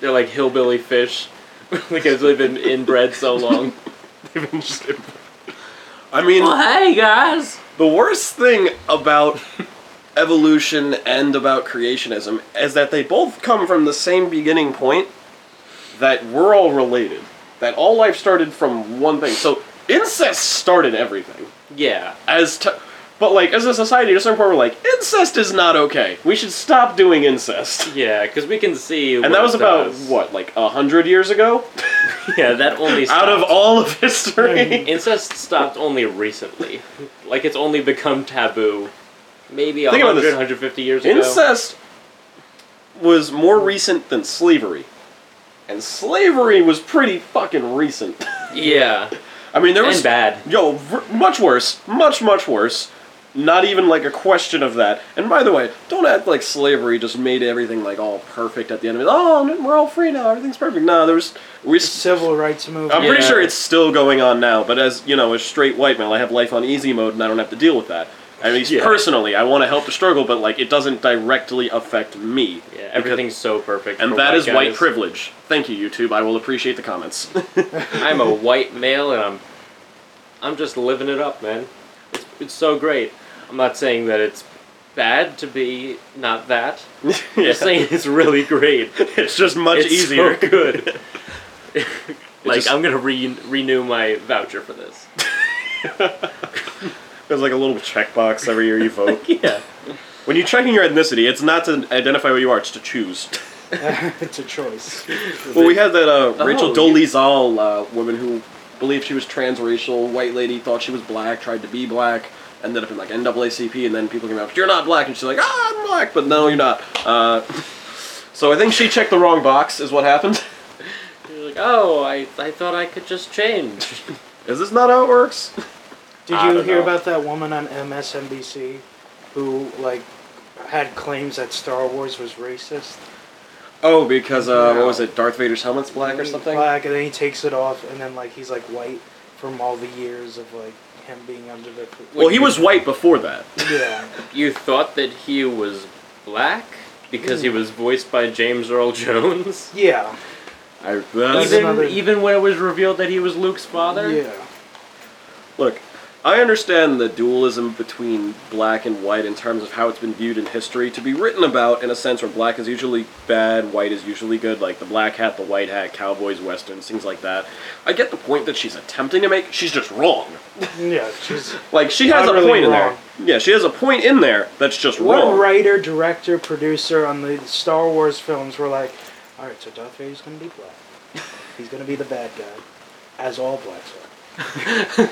Speaker 3: They're like hillbilly fish because they've been inbred so long.
Speaker 1: They've been just- I mean,
Speaker 3: hey, guys!
Speaker 1: the worst thing about evolution and about creationism is that they both come from the same beginning point that we're all related. That all life started from one thing. So incest started everything.
Speaker 3: Yeah.
Speaker 1: as t- but like as a society, at a certain point, we're like incest is not okay. We should stop doing incest.
Speaker 3: Yeah, because we can see.
Speaker 1: And that was about what, like a hundred years ago?
Speaker 3: Yeah, that only stopped.
Speaker 1: Out of all of history,
Speaker 3: Incest stopped only recently. Like, it's only become taboo maybe
Speaker 1: Think about
Speaker 3: 100,
Speaker 1: this.
Speaker 3: 150 years ago.
Speaker 1: incest was more recent than slavery, and slavery was pretty fucking recent.
Speaker 3: Yeah.
Speaker 1: I mean, there was
Speaker 3: And bad.
Speaker 1: Yo, v- much worse, much much worse. Not even like a question of that. And by the way, don't act like slavery just made everything like all perfect at the end of it. Oh, n- we're all free now. Everything's perfect. No, there was we. s-
Speaker 2: Civil rights movement.
Speaker 1: I'm pretty
Speaker 3: Yeah.
Speaker 1: sure it's still going on now. But as you know, as straight white male, I have life on easy mode, and I don't have to deal with that. At least
Speaker 3: Yeah.
Speaker 1: personally, I want to help the struggle, but like it doesn't directly affect me.
Speaker 3: Yeah, everything's so perfect.
Speaker 1: And
Speaker 3: for
Speaker 1: that is white
Speaker 3: guys.
Speaker 1: privilege. Thank you, YouTube. I will appreciate the comments.
Speaker 3: I'm a white male, and I'm, I'm just living it up, man. It's, it's so great. I'm not saying that it's bad to be not that. I'm
Speaker 1: Yeah.
Speaker 3: just saying it's really great.
Speaker 1: It's just much
Speaker 3: it's
Speaker 1: easier.
Speaker 3: so good. like
Speaker 1: just-
Speaker 3: I'm gonna re- renew my voucher for this.
Speaker 1: There's like a little checkbox every year you vote.
Speaker 3: Yeah.
Speaker 1: When you're checking your ethnicity, it's not to identify what you are; it's to choose.
Speaker 2: it's a choice.
Speaker 1: well, we had that uh, Rachel
Speaker 3: Oh,
Speaker 1: Dolezal uh, woman who believed she was transracial, white lady, thought she was black, tried to be black, ended up in like NAACP, and then people came out, "You're not black," and she's like, "Ah, I'm black," but no, you're not. Uh, so I think she checked the wrong box, is what happened.
Speaker 3: You're like, oh, I, I thought I could just change.
Speaker 1: Is this not how it works?
Speaker 2: Did
Speaker 3: I
Speaker 2: you
Speaker 3: don't
Speaker 2: hear
Speaker 3: know.
Speaker 2: about that woman on MSNBC who like had claims that Star Wars was racist?
Speaker 1: Oh, because uh, what
Speaker 3: No.
Speaker 1: was it? Darth Vader's helmet's black or something?
Speaker 2: Black, and then he takes it off, and then like he's like white from all the years of like him being under the.
Speaker 1: Well, he was white before that.
Speaker 2: Yeah.
Speaker 3: You thought that he was black because he
Speaker 1: Hmm.
Speaker 3: was voiced by James Earl Jones.
Speaker 2: Yeah.
Speaker 1: I,
Speaker 2: That's
Speaker 3: even
Speaker 2: another-
Speaker 3: even when it was revealed that he was Luke's father.
Speaker 2: Yeah.
Speaker 1: Look, I understand the dualism between black and white in terms of how it's been viewed in history to be written about in a sense where black is usually bad, white is usually good, like the black hat, the white hat, cowboys, westerns, things like that. I get the point that she's attempting to make. She's just wrong.
Speaker 2: Yeah. She's,
Speaker 1: Like she has
Speaker 2: Not
Speaker 1: a
Speaker 2: really
Speaker 1: point
Speaker 2: wrong.
Speaker 1: in there. Yeah, she has a point in there that's just
Speaker 2: what
Speaker 1: wrong.
Speaker 2: writer, director, producer on the Star Wars films were like, all right, so Darth Vader's gonna be black. He's gonna be the bad guy, as all blacks are.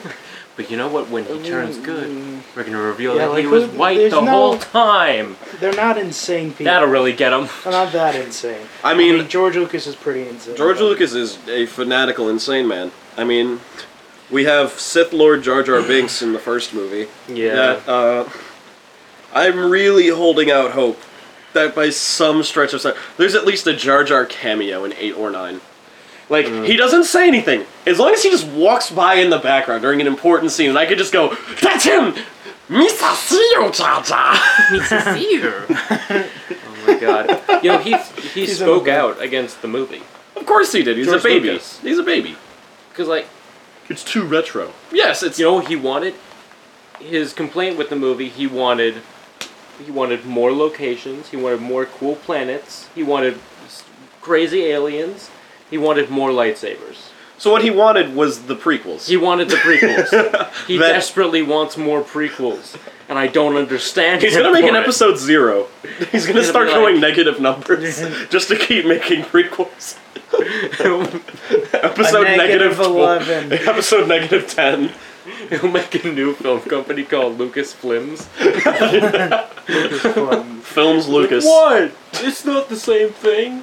Speaker 3: But you know what? When he turns good, we're gonna reveal
Speaker 2: Mm. Yeah,
Speaker 3: that
Speaker 2: like,
Speaker 3: he was
Speaker 2: who-
Speaker 3: white
Speaker 2: there's
Speaker 3: the
Speaker 2: no-
Speaker 3: whole time.
Speaker 2: They're not insane people.
Speaker 3: That'll really get him.
Speaker 2: They're not that insane.
Speaker 1: I mean-
Speaker 2: George Lucas is pretty insane.
Speaker 1: George
Speaker 2: but-
Speaker 1: Lucas is a fanatical insane man. I mean, we have Sith Lord Jar Jar Binks in the first movie.
Speaker 3: Yeah.
Speaker 1: That, uh, I'm really holding out hope that by some stretch of time, there's at least a Jar Jar cameo in eight or nine. Like he doesn't say anything as long as he just walks by in the background during an important scene, and I could just go, "That's him, Misa Sio Jar Jar."
Speaker 3: oh my god! You know he he
Speaker 2: He's
Speaker 3: spoke
Speaker 2: on the-
Speaker 3: out against the movie
Speaker 1: Of course he did. He's
Speaker 3: George
Speaker 1: a baby.
Speaker 3: Lucas.
Speaker 1: He's a baby.
Speaker 3: because like
Speaker 1: It's too retro. Yes, it's
Speaker 3: you know what he wanted his complaint with the movie he wanted he wanted more locations he wanted more cool planets he wanted s- crazy aliens he wanted more lightsabers
Speaker 1: So what he wanted was the prequels.
Speaker 3: he wanted the prequels he
Speaker 1: That-
Speaker 3: desperately wants more prequels and i don't understand
Speaker 1: He's
Speaker 3: him
Speaker 1: gonna make
Speaker 3: for
Speaker 1: an
Speaker 3: it.
Speaker 1: episode zero. He's gonna
Speaker 3: He's gonna
Speaker 1: start
Speaker 3: be
Speaker 1: going
Speaker 3: like-
Speaker 1: negative numbers just to keep making prequels.
Speaker 2: A
Speaker 1: episode negative
Speaker 2: negative
Speaker 1: 12,
Speaker 2: eleven.
Speaker 1: Episode negative ten.
Speaker 3: he'll make a new film company called lucas flims
Speaker 2: Um,
Speaker 1: Films Lucas.
Speaker 3: what it's not the same thing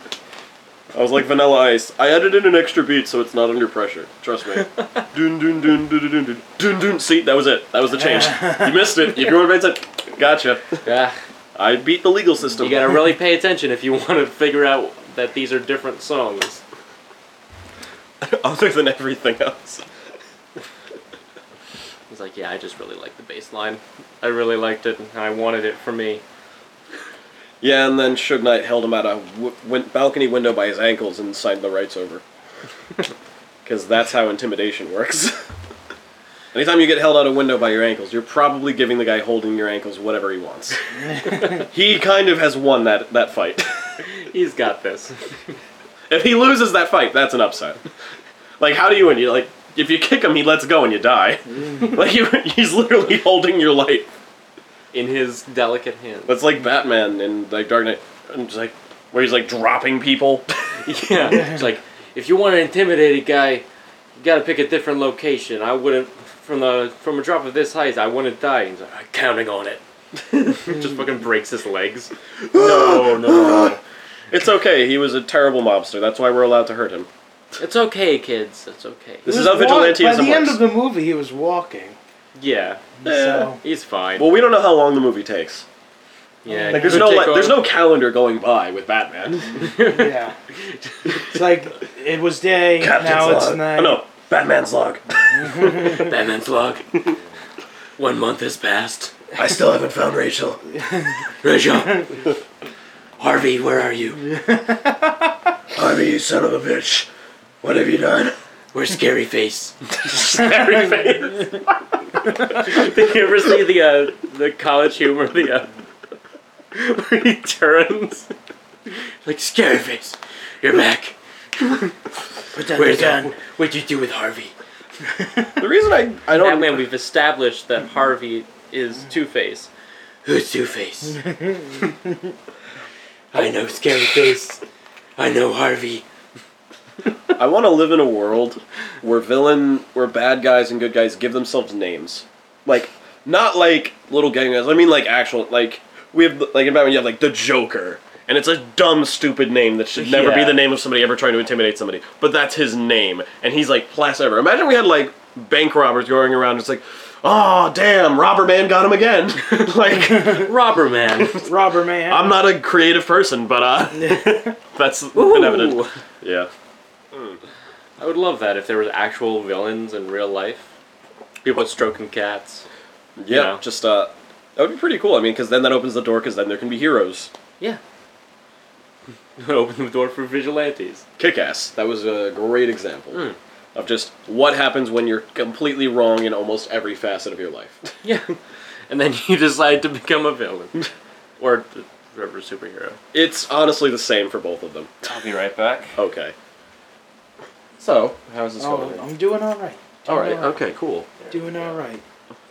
Speaker 1: I was like Vanilla Ice. I added in an extra beat so it's not under pressure. Trust me. dun dun dun dun dun dun dun dun dun. See, that was it. That was the change. you missed it. You grew up and said, "Gotcha."
Speaker 3: yeah
Speaker 1: I beat the legal system.
Speaker 3: you gotta really pay attention if you want to figure out that these are different songs
Speaker 1: other than everything else.
Speaker 3: He's like, yeah, I just really like the bass line. I really liked it, and I wanted it for me.
Speaker 1: Yeah, and then Suge Knight held him out a w- win- balcony window by his ankles and signed the rights over. Because that's how intimidation works. Anytime you get held out a window by your ankles, you're probably giving the guy holding your ankles whatever he wants. he kind of has won that, that fight.
Speaker 3: He's got this.
Speaker 1: if he loses that fight, that's an upset. Like, how do you win? You like if you kick him, he lets go and you die. like you, he's literally holding your life.
Speaker 3: In his delicate hand.
Speaker 1: That's like Batman in like Dark Knight, and just like where he's like dropping people.
Speaker 3: Yeah. It's like, if you want to intimidate a guy, you gotta pick a different location. I wouldn't, from the from a drop of this height, I wouldn't die. He's like, I'm counting on it. just fucking breaks his legs. No, no, no.
Speaker 1: It's okay. He was a terrible mobster. That's why we're allowed to hurt him.
Speaker 3: It's okay, kids. It's okay.
Speaker 1: This
Speaker 2: he
Speaker 1: is
Speaker 2: was
Speaker 1: how
Speaker 2: walk- By
Speaker 1: vigilantism
Speaker 2: the end
Speaker 1: works.
Speaker 2: of the movie, he was walking.
Speaker 3: Yeah.
Speaker 2: So
Speaker 3: He's fine.
Speaker 1: Eh. Well, we don't know how long the movie takes.
Speaker 3: yeah.
Speaker 1: Like, there's
Speaker 3: could
Speaker 1: no
Speaker 3: take
Speaker 1: like, there's
Speaker 3: on-
Speaker 1: no calendar going by with Batman.
Speaker 2: yeah, it's like it was day. now it's night.
Speaker 1: Oh, no, Batman's log.
Speaker 3: Batman's log. One month has passed.
Speaker 1: I still haven't found Rachel.
Speaker 3: Rachel. Harvey, where are you?
Speaker 1: Harvey, you son of a bitch. What have you done?
Speaker 3: Where's Scary Face?
Speaker 1: Scary face.
Speaker 3: Did you ever see the uh, the college humor the uh, where he turns like Scary Face? You're back.
Speaker 2: Put down
Speaker 3: Where's
Speaker 2: the gun.
Speaker 3: that? What'd you do with Harvey?
Speaker 1: The reason I I don't
Speaker 3: Batman, we've established that Harvey is Two Face. Who's Two Face? I know Scary Face. I know Harvey.
Speaker 1: I want to live in a world where villain, where bad guys and good guys give themselves names, like not like little gang guys. I mean like actual like we have like in Batman you have like the Joker, and it's a dumb, stupid name that should never be
Speaker 3: Yeah.
Speaker 1: the name of somebody ever trying to intimidate somebody. But that's his name, and he's like class ever. Imagine we had like bank robbers going around just like. Oh damn! Robber man got him again. like
Speaker 3: Robber Man.
Speaker 2: Robber man.
Speaker 1: I'm not a creative person, but uh, that's an evident.
Speaker 3: Ooh.
Speaker 1: Yeah.
Speaker 3: I would love that if there was actual villains in real life. People stroking cats.
Speaker 1: Yeah,
Speaker 3: know?
Speaker 1: just uh, that would be pretty cool. I mean, because then that opens the door, because then there can be heroes.
Speaker 3: Yeah. Open the door for vigilantes.
Speaker 1: Kick ass. That was a great example
Speaker 3: Mm.
Speaker 1: of just what happens when you're completely wrong in almost every facet of your life.
Speaker 3: Yeah. And then you decide to become a villain. or the whatever superhero.
Speaker 1: it's honestly the same for both of them.
Speaker 4: I'll be right back.
Speaker 1: Okay. So, how's this
Speaker 2: Oh,
Speaker 1: going?
Speaker 2: I'm doing all right.
Speaker 1: All
Speaker 2: Doing
Speaker 1: right. Okay. Cool.
Speaker 2: Doing all right.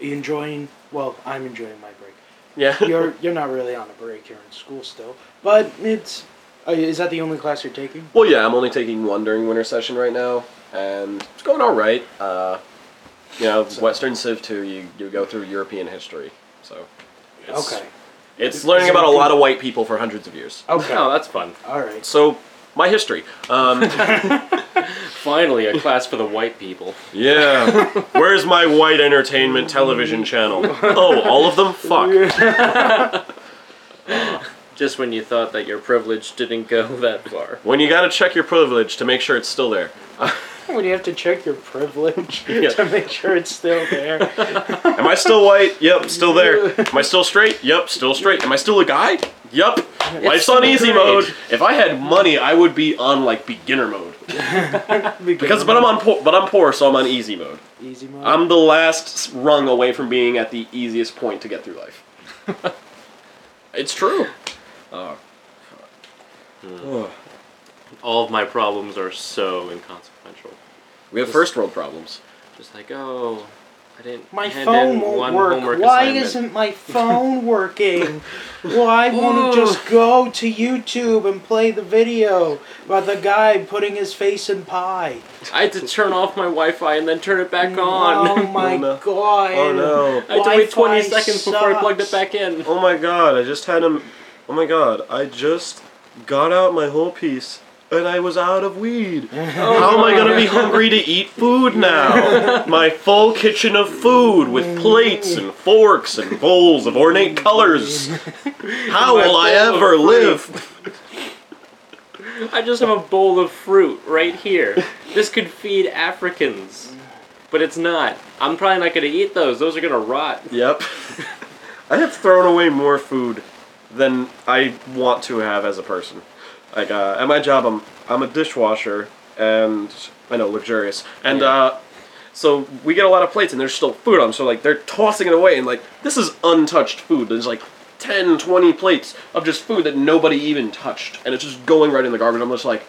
Speaker 2: You enjoying? Well, I'm enjoying my break.
Speaker 1: Yeah.
Speaker 2: You're you're not really on a break. You're in school still, but it's. Uh, is that the only class you're taking?
Speaker 1: Well, yeah, I'm only taking one during winter session right now, and it's going all right. Uh, you know, Western Civ 2, you, you go through European history, so it's,
Speaker 2: Okay.
Speaker 1: it's learning about a lot of white people for hundreds of years.
Speaker 2: Okay.
Speaker 3: Oh, that's fun.
Speaker 2: All right.
Speaker 1: So, my history. Um,
Speaker 3: Finally, a class for the white people.
Speaker 1: yeah. Where's my white entertainment television channel? Oh, all of them? Fuck.
Speaker 3: Just when you thought that your privilege didn't go that far.
Speaker 1: When you gotta check your privilege to make sure it's still there.
Speaker 2: When you have to check your privilege
Speaker 1: Yeah.
Speaker 2: to make sure it's still there.
Speaker 1: Am I still white? Yep, still there. Am I still straight? Yep, still straight. Am I still a guy? Yep. Life's on
Speaker 3: still
Speaker 1: easy
Speaker 3: great.
Speaker 1: mode. If I had money, I would be on like beginner mode. Because but I'm on poor, but I'm poor, so I'm on easy mode.
Speaker 2: easy mode.
Speaker 1: I'm the last s- rung away from being at the easiest point to get through life. it's true. Oh. Oh.
Speaker 3: All of my problems are so inconsequential.
Speaker 1: We have first world problems.
Speaker 3: Just like, oh, I didn't.
Speaker 2: My
Speaker 3: hand
Speaker 2: phone
Speaker 3: in
Speaker 2: won't
Speaker 3: one
Speaker 2: work.
Speaker 3: Homework
Speaker 2: Why
Speaker 3: assignment.
Speaker 2: isn't my phone working? Why won't it
Speaker 3: Ooh.
Speaker 2: just go to YouTube and play the video about the guy putting his face in pie?
Speaker 3: I had to turn off my Wi-Fi and then turn it back
Speaker 2: Oh
Speaker 3: on.
Speaker 2: my
Speaker 1: Oh, no.
Speaker 2: god.
Speaker 1: Oh no.
Speaker 3: I had to wait 20
Speaker 2: Wi-Fi
Speaker 3: seconds before I plugged it
Speaker 2: sucks.
Speaker 3: back in.
Speaker 1: Oh my god, I just had a. Oh my god, I just got out my whole piece and I was out of weed. How am I gonna be hungry to eat food now? My full kitchen of food with plates and forks and bowls of ornate colors. How will I ever live?
Speaker 3: I just have a bowl of fruit right here. This could feed Africans. But it's not. I'm probably not gonna eat those. Those are gonna rot.
Speaker 1: Yep. I have thrown away more food than I want to have as a person. Like uh, at my job, I'm I'm a dishwasher, and I know luxurious, and
Speaker 3: Yeah.
Speaker 1: uh, so we get a lot of plates, and there's still food on. 'em, So like they're tossing it away, and like this is untouched food. There's like 10, 20 plates of just food that nobody even touched, and it's just going right in the garbage. I'm just like,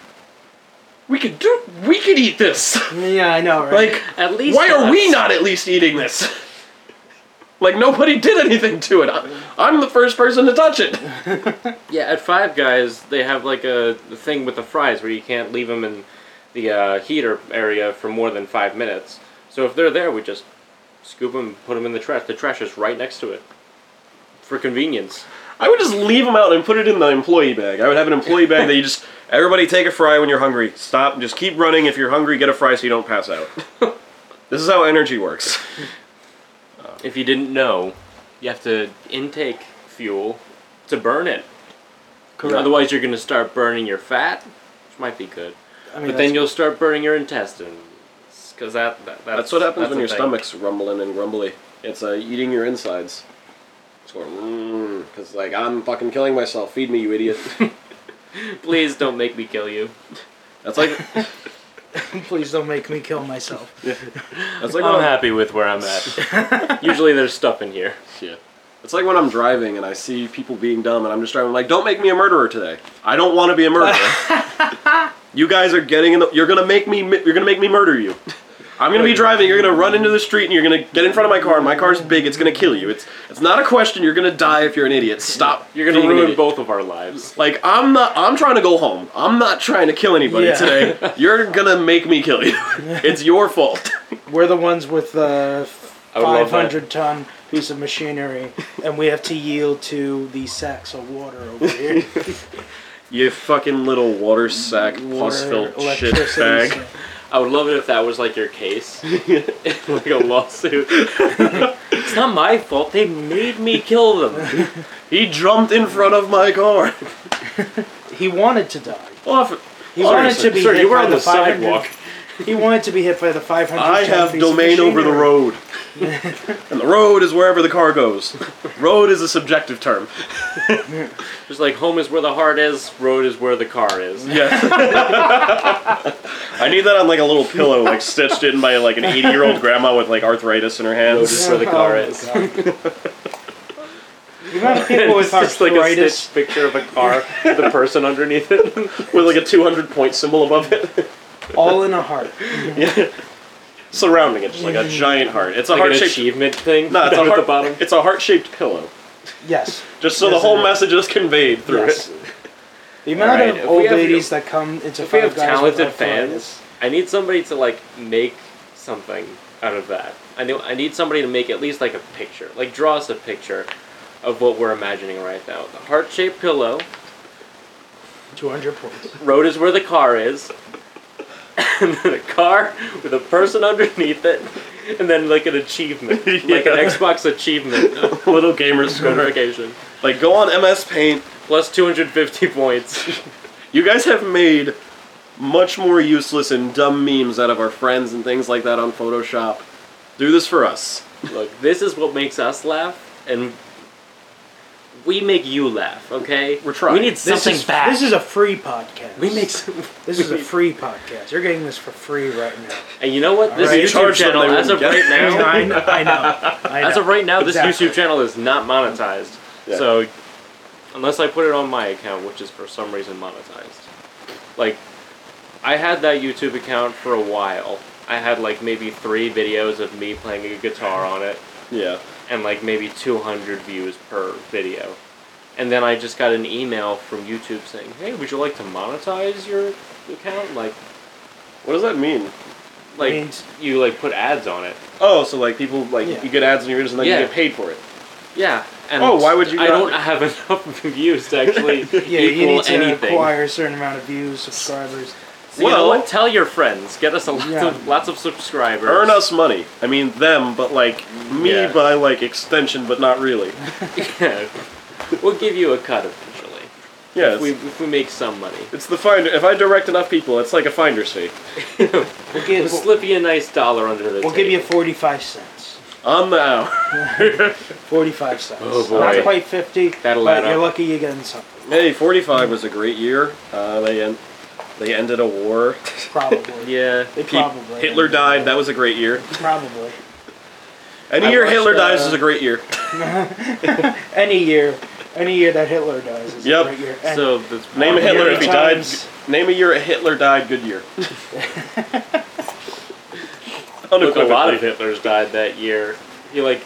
Speaker 1: we could do, we could eat this.
Speaker 2: Yeah, I know, right?
Speaker 1: like
Speaker 3: At least
Speaker 1: why are
Speaker 3: that's-
Speaker 1: we not at least eating this? like nobody did anything to it. I, I'm the first person to touch it.
Speaker 3: Yeah, at Five Guys they have like a thing with the fries where you can't leave them in the uh, heater area for more than five minutes. So if they're there, we just scoop them, put them in the trash. The trash is right next to it for convenience.
Speaker 1: I would just leave them out and put it in the employee bag. I would have an employee bag that you just everybody take a fry when you're hungry. Stop. and Just keep running. If you're hungry, get a fry so you don't pass out. this is how energy works.
Speaker 3: If you didn't know, you have to intake fuel to burn it. Otherwise, you're going to start burning your fat, which might be good.
Speaker 2: I mean,
Speaker 3: But then
Speaker 2: that's-
Speaker 3: you'll start burning your intestines. Because that, that, that's,
Speaker 1: That's what happens
Speaker 3: that's
Speaker 1: when
Speaker 3: a
Speaker 1: your
Speaker 3: thing.
Speaker 1: stomach's rumbling and grumbly. It's uh, eating your insides. It's going because like I'm fucking killing myself. Feed me, you idiot.
Speaker 3: Please don't make me kill you.
Speaker 1: That's like
Speaker 2: please don't make me kill myself.
Speaker 1: that's like when
Speaker 3: I'm
Speaker 1: I'm-
Speaker 3: happy with where I'm at. Usually there's stuff in here.
Speaker 1: Yeah. It's like when I'm driving and I see people being dumb and I'm just driving like, don't make me a murderer today. I don't want to be a murderer. you guys are getting in the you're gonna make me mi- you're gonna make me murder you. I'm gonna be driving, you're gonna run into the street and you're gonna get in front of my car and my car's big, it's gonna kill you. It's it's not a question, you're gonna die if you're an idiot. Stop.
Speaker 3: You're going to
Speaker 1: being an
Speaker 3: ruin
Speaker 1: idiot.
Speaker 3: both of our lives.
Speaker 1: Like I'm not I'm trying to go home. I'm not trying to kill anybody
Speaker 2: Yeah.
Speaker 1: today. You're gonna make me kill you. it's your fault.
Speaker 2: We're the ones with the
Speaker 3: I would love that.
Speaker 2: 500 ton piece of machinery, and we have to yield to the sacks of water over here.
Speaker 1: You fucking little water sack
Speaker 2: water,
Speaker 1: filled shit bag.
Speaker 3: I would love it if that was like your case. like a lawsuit. it's not my fault. They made me kill them.
Speaker 1: He jumped in front of my car.
Speaker 2: He wanted to die.
Speaker 1: Off.
Speaker 2: He wanted to be
Speaker 3: Sir,
Speaker 2: hit
Speaker 3: you were
Speaker 2: by
Speaker 3: on
Speaker 2: the
Speaker 3: the sidewalk.
Speaker 2: He wanted to be hit by the 500.
Speaker 1: I have domain over the road. and the road is wherever the car goes. Road is a subjective term.
Speaker 3: Just like home is where the heart is, road is where the car is.
Speaker 1: Yeah. I need that on like a little pillow, like stitched in by like an 80 year old grandma with like arthritis in her
Speaker 3: Road
Speaker 1: hands.
Speaker 3: is where the car is.
Speaker 2: Oh, the amount of people with
Speaker 3: It's just like a
Speaker 2: arthritis.
Speaker 3: stitched picture of a car with a person underneath it.
Speaker 1: With like a 200 point symbol above it.
Speaker 2: all in a heart.
Speaker 1: Yeah. Surrounding it, just like a giant heart. It's a
Speaker 3: Like
Speaker 1: heart
Speaker 3: an
Speaker 1: shaped.
Speaker 3: achievement thing
Speaker 1: No, it's a
Speaker 3: down at the
Speaker 1: heart.
Speaker 3: bottom.
Speaker 1: It's a heart shaped pillow.
Speaker 2: Yes.
Speaker 1: Just so
Speaker 2: Yes,
Speaker 1: the whole
Speaker 2: it is.
Speaker 1: message is conveyed through
Speaker 2: Yes.
Speaker 1: it.
Speaker 2: The amount
Speaker 3: Alright,
Speaker 2: of
Speaker 3: if we
Speaker 2: old
Speaker 3: have-
Speaker 2: ladies that come into
Speaker 3: If we
Speaker 2: five
Speaker 3: have
Speaker 2: guys with
Speaker 3: talented
Speaker 2: arthritis.
Speaker 3: fans, I need somebody to like make something out of that. I know I need somebody to make at least like a picture, like draw us a picture of what we're imagining right now. The heart-shaped pillow.
Speaker 2: 200 points.
Speaker 3: Road is where the car is. And then a car with a person underneath it, and then like an achievement, like an
Speaker 1: Yeah.
Speaker 3: Xbox achievement
Speaker 1: Little gamer score.
Speaker 3: notification.
Speaker 1: Like go on MS Paint.
Speaker 3: Plus 250 points.
Speaker 1: You guys have made much more useless and dumb memes out of our friends and things like that on Photoshop. Do this for us.
Speaker 3: Look, this is what makes us laugh, and we make you laugh. Okay,
Speaker 1: We're trying.
Speaker 3: We need
Speaker 2: This
Speaker 3: something
Speaker 2: is,
Speaker 3: back.
Speaker 2: This is a free podcast.
Speaker 3: we make. Some,
Speaker 2: This is a free podcast. You're getting this for free right now.
Speaker 3: and you know what? This
Speaker 2: Alright.
Speaker 3: YouTube
Speaker 1: Charge them,
Speaker 3: channel,
Speaker 1: they
Speaker 3: as of
Speaker 1: wouldn't
Speaker 3: right
Speaker 1: get
Speaker 3: now,
Speaker 2: I know. I know. I know.
Speaker 3: as of right now, this
Speaker 2: Exactly.
Speaker 3: YouTube channel is not monetized.
Speaker 1: Yeah.
Speaker 3: So, unless I put it on my account, which is for some reason monetized, like I had that YouTube account for a while. I had like maybe three videos of me playing a guitar on it.
Speaker 1: Yeah.
Speaker 3: and like maybe 200 views per video. And then I just got an email from YouTube saying, "Hey, would you like to monetize your account?" Like,
Speaker 1: What does that mean?
Speaker 3: like
Speaker 2: Means-
Speaker 3: you like put ads on it.
Speaker 1: Oh, so like people like
Speaker 2: Yeah.
Speaker 1: you get ads in yours and then
Speaker 3: Yeah.
Speaker 1: you get paid for it.
Speaker 3: Yeah. And
Speaker 1: Oh, why would you
Speaker 3: I
Speaker 1: not-
Speaker 3: don't have enough views to actually
Speaker 2: yeah,
Speaker 3: equal
Speaker 2: you need to
Speaker 3: anything.
Speaker 2: acquire a certain amount of views, subscribers.
Speaker 3: So you know
Speaker 1: Well-
Speaker 3: what? Tell your friends. Get us a lot
Speaker 2: Yeah.
Speaker 3: of lots of subscribers.
Speaker 1: Earn us money. I mean them, but like me
Speaker 3: Yeah.
Speaker 1: by like extension, but not really.
Speaker 3: Yeah. we'll give you a cut eventually.
Speaker 1: Yeah.
Speaker 3: If we
Speaker 1: It's,
Speaker 3: if we make some money.
Speaker 1: it's the finder. If I direct enough people, it's like a finder's fee.
Speaker 2: We'll
Speaker 3: We'll
Speaker 2: give, we'll,
Speaker 3: slip you a nice dollar under the
Speaker 2: we'll give you
Speaker 3: table.
Speaker 2: 45 cents.
Speaker 1: On the hour.
Speaker 2: 45 cents.
Speaker 3: Oh,
Speaker 2: Not
Speaker 3: boy.
Speaker 2: quite 50.
Speaker 3: That'll
Speaker 2: but
Speaker 3: add up.
Speaker 2: You're lucky you're getting something.
Speaker 1: Hey, 45 was a great year. Uh, they en- they ended a war.
Speaker 2: Probably.
Speaker 3: Yeah.
Speaker 2: They
Speaker 1: Pe-
Speaker 2: probably.
Speaker 1: Hitler died. That was a great year.
Speaker 2: Probably.
Speaker 1: Any
Speaker 3: I
Speaker 1: year
Speaker 3: watched,
Speaker 1: Hitler dies
Speaker 2: uh,
Speaker 1: is a great year.
Speaker 2: Any year, any year that Hitler dies is
Speaker 1: Yep.
Speaker 2: a great year. And
Speaker 3: So that's
Speaker 1: Name a
Speaker 2: How
Speaker 1: Hitler
Speaker 2: many
Speaker 1: if he died.
Speaker 2: times-
Speaker 1: Name a year a Hitler died. Good year.
Speaker 3: Look, a lot of
Speaker 1: Unequivocally.
Speaker 3: Hitler's died that year. He like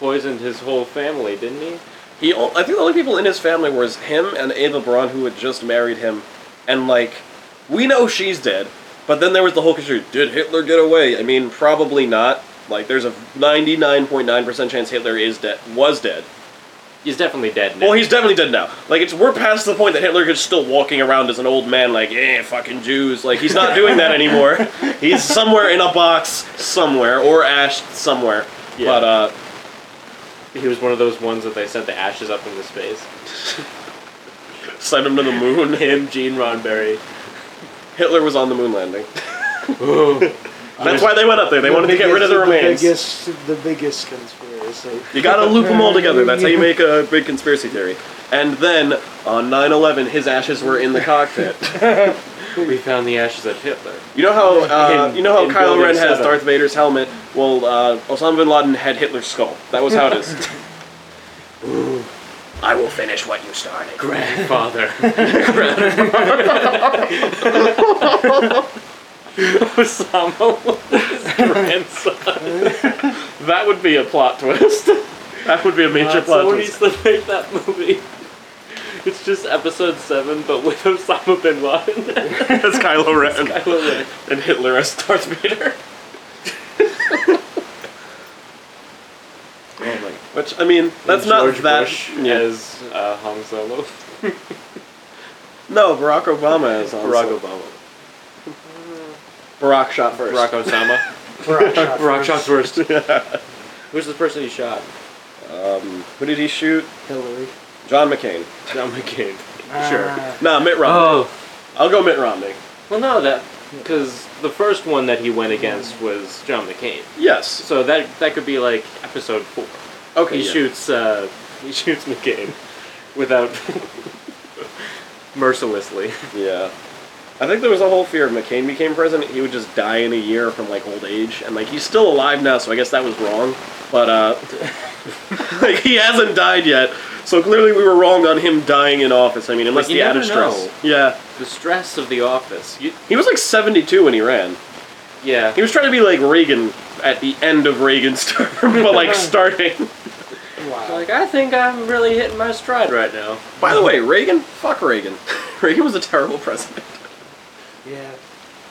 Speaker 3: poisoned his whole family, didn't he?
Speaker 1: He, o- I think the only people in his family was him and Ava Braun, who had just married him, and like, we know she's dead. But then there was the whole issue: did Hitler get away? I mean, probably not. Like, there's a 99.9% chance Hitler is dead. Was dead.
Speaker 3: He's definitely dead now.
Speaker 1: Well, he's definitely dead now. Like, it's we're past the point that Hitler is still walking around as an old man, like, eh, fucking Jews. Like, he's not doing that anymore. he's somewhere in a box somewhere or ashed somewhere.
Speaker 3: Yeah.
Speaker 1: But uh,
Speaker 3: he was one of those ones that they sent the ashes up into space.
Speaker 1: send him to the moon.
Speaker 3: Him, Gene Roddenberry.
Speaker 1: Hitler was on the moon landing.
Speaker 3: Ooh.
Speaker 1: That's why they went up there. They
Speaker 2: the
Speaker 1: wanted to get rid of the remains.
Speaker 2: biggest- The biggest, the biggest conspiracy.
Speaker 1: You gotta loop them all together. That's how you make a big conspiracy theory. And then on 9 11, his ashes were in the cockpit.
Speaker 3: we found the ashes of Hitler.
Speaker 1: You know how uh,
Speaker 3: In-
Speaker 1: you know how
Speaker 3: in
Speaker 1: Kylo
Speaker 3: Building
Speaker 1: Ren has
Speaker 3: Seven.
Speaker 1: Darth Vader's helmet. Well, uh, Osama bin Laden had Hitler's skull. That was how it is. I will finish what you started.
Speaker 3: Grandfather. Grandfather. Osama was his grandson.
Speaker 1: That would be a plot twist. that would be a major
Speaker 3: God,
Speaker 1: plot
Speaker 3: someone
Speaker 1: twist.
Speaker 3: needs to make that movie. It's just episode seven, but with Osama bin Laden.
Speaker 1: That's Kylo Ren
Speaker 3: Kylo Ren.
Speaker 1: and Hitler as Darth Vader. Which I mean, that's
Speaker 3: And
Speaker 1: not
Speaker 3: George
Speaker 1: that.
Speaker 3: Bush
Speaker 1: yeah.
Speaker 3: as uh, Han Solo.
Speaker 1: No, Barack Obama is on.
Speaker 3: Barack Obama.
Speaker 1: Barack shot first.
Speaker 3: Barack Osama.
Speaker 2: Barack shot
Speaker 3: Barack
Speaker 2: first.
Speaker 3: shot first. Who's the person he shot?
Speaker 1: Who did he shoot?
Speaker 2: Hillary.
Speaker 1: John McCain.
Speaker 3: John McCain.
Speaker 2: Ah,
Speaker 3: Sure. Oh,
Speaker 1: Nah, Mitt Romney. I'll go Mitt Romney.
Speaker 3: Well, no, that Because the first one that he went against was John McCain.
Speaker 1: Yes.
Speaker 3: So that that could be like episode four.
Speaker 1: Okay.
Speaker 3: He
Speaker 1: yeah.
Speaker 3: shoots uh, he shoots McCain without mercilessly.
Speaker 1: Yeah. I think there was a whole fear if McCain became president, he would just die in a year from like old age, and like he's still alive now, so I guess that was wrong. But uh, like he hasn't died yet, so clearly we were wrong on him dying in office. I mean, unless
Speaker 3: you
Speaker 1: the
Speaker 3: never
Speaker 1: added stress.
Speaker 3: know.
Speaker 1: Yeah,
Speaker 3: The stress of the office. You,
Speaker 1: he was like seventy-two when he ran.
Speaker 3: yeah.
Speaker 1: He was trying to be like Reagan at the end of Reagan's term, but like starting.
Speaker 2: Wow.
Speaker 3: Like I think I'm really hitting my stride right now.
Speaker 1: By the way, Reagan, fuck Reagan. Reagan was a terrible president.
Speaker 2: yeah.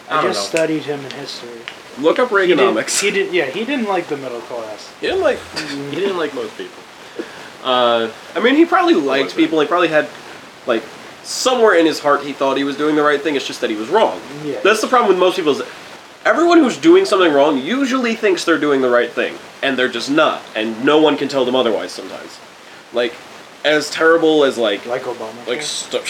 Speaker 3: I
Speaker 2: I,
Speaker 3: don't
Speaker 2: just
Speaker 3: know.
Speaker 2: studied him in history.
Speaker 1: Look up
Speaker 2: He didn't-
Speaker 1: Reaganomics.
Speaker 2: He didn't. Yeah, he didn't like the middle class.
Speaker 1: He didn't like.
Speaker 3: He didn't like most people. Uh,
Speaker 1: I mean, he probably liked
Speaker 3: wasn't.
Speaker 1: people. He probably had, like, somewhere in his heart he thought he was doing the right thing. It's just that he was wrong.
Speaker 2: Yeah.
Speaker 1: That's the problem with most people is that everyone who's doing something wrong usually thinks they're doing the right thing, and they're just not, and no one can tell them otherwise sometimes. Like, as terrible as, like,
Speaker 2: Like Obama.
Speaker 1: like st-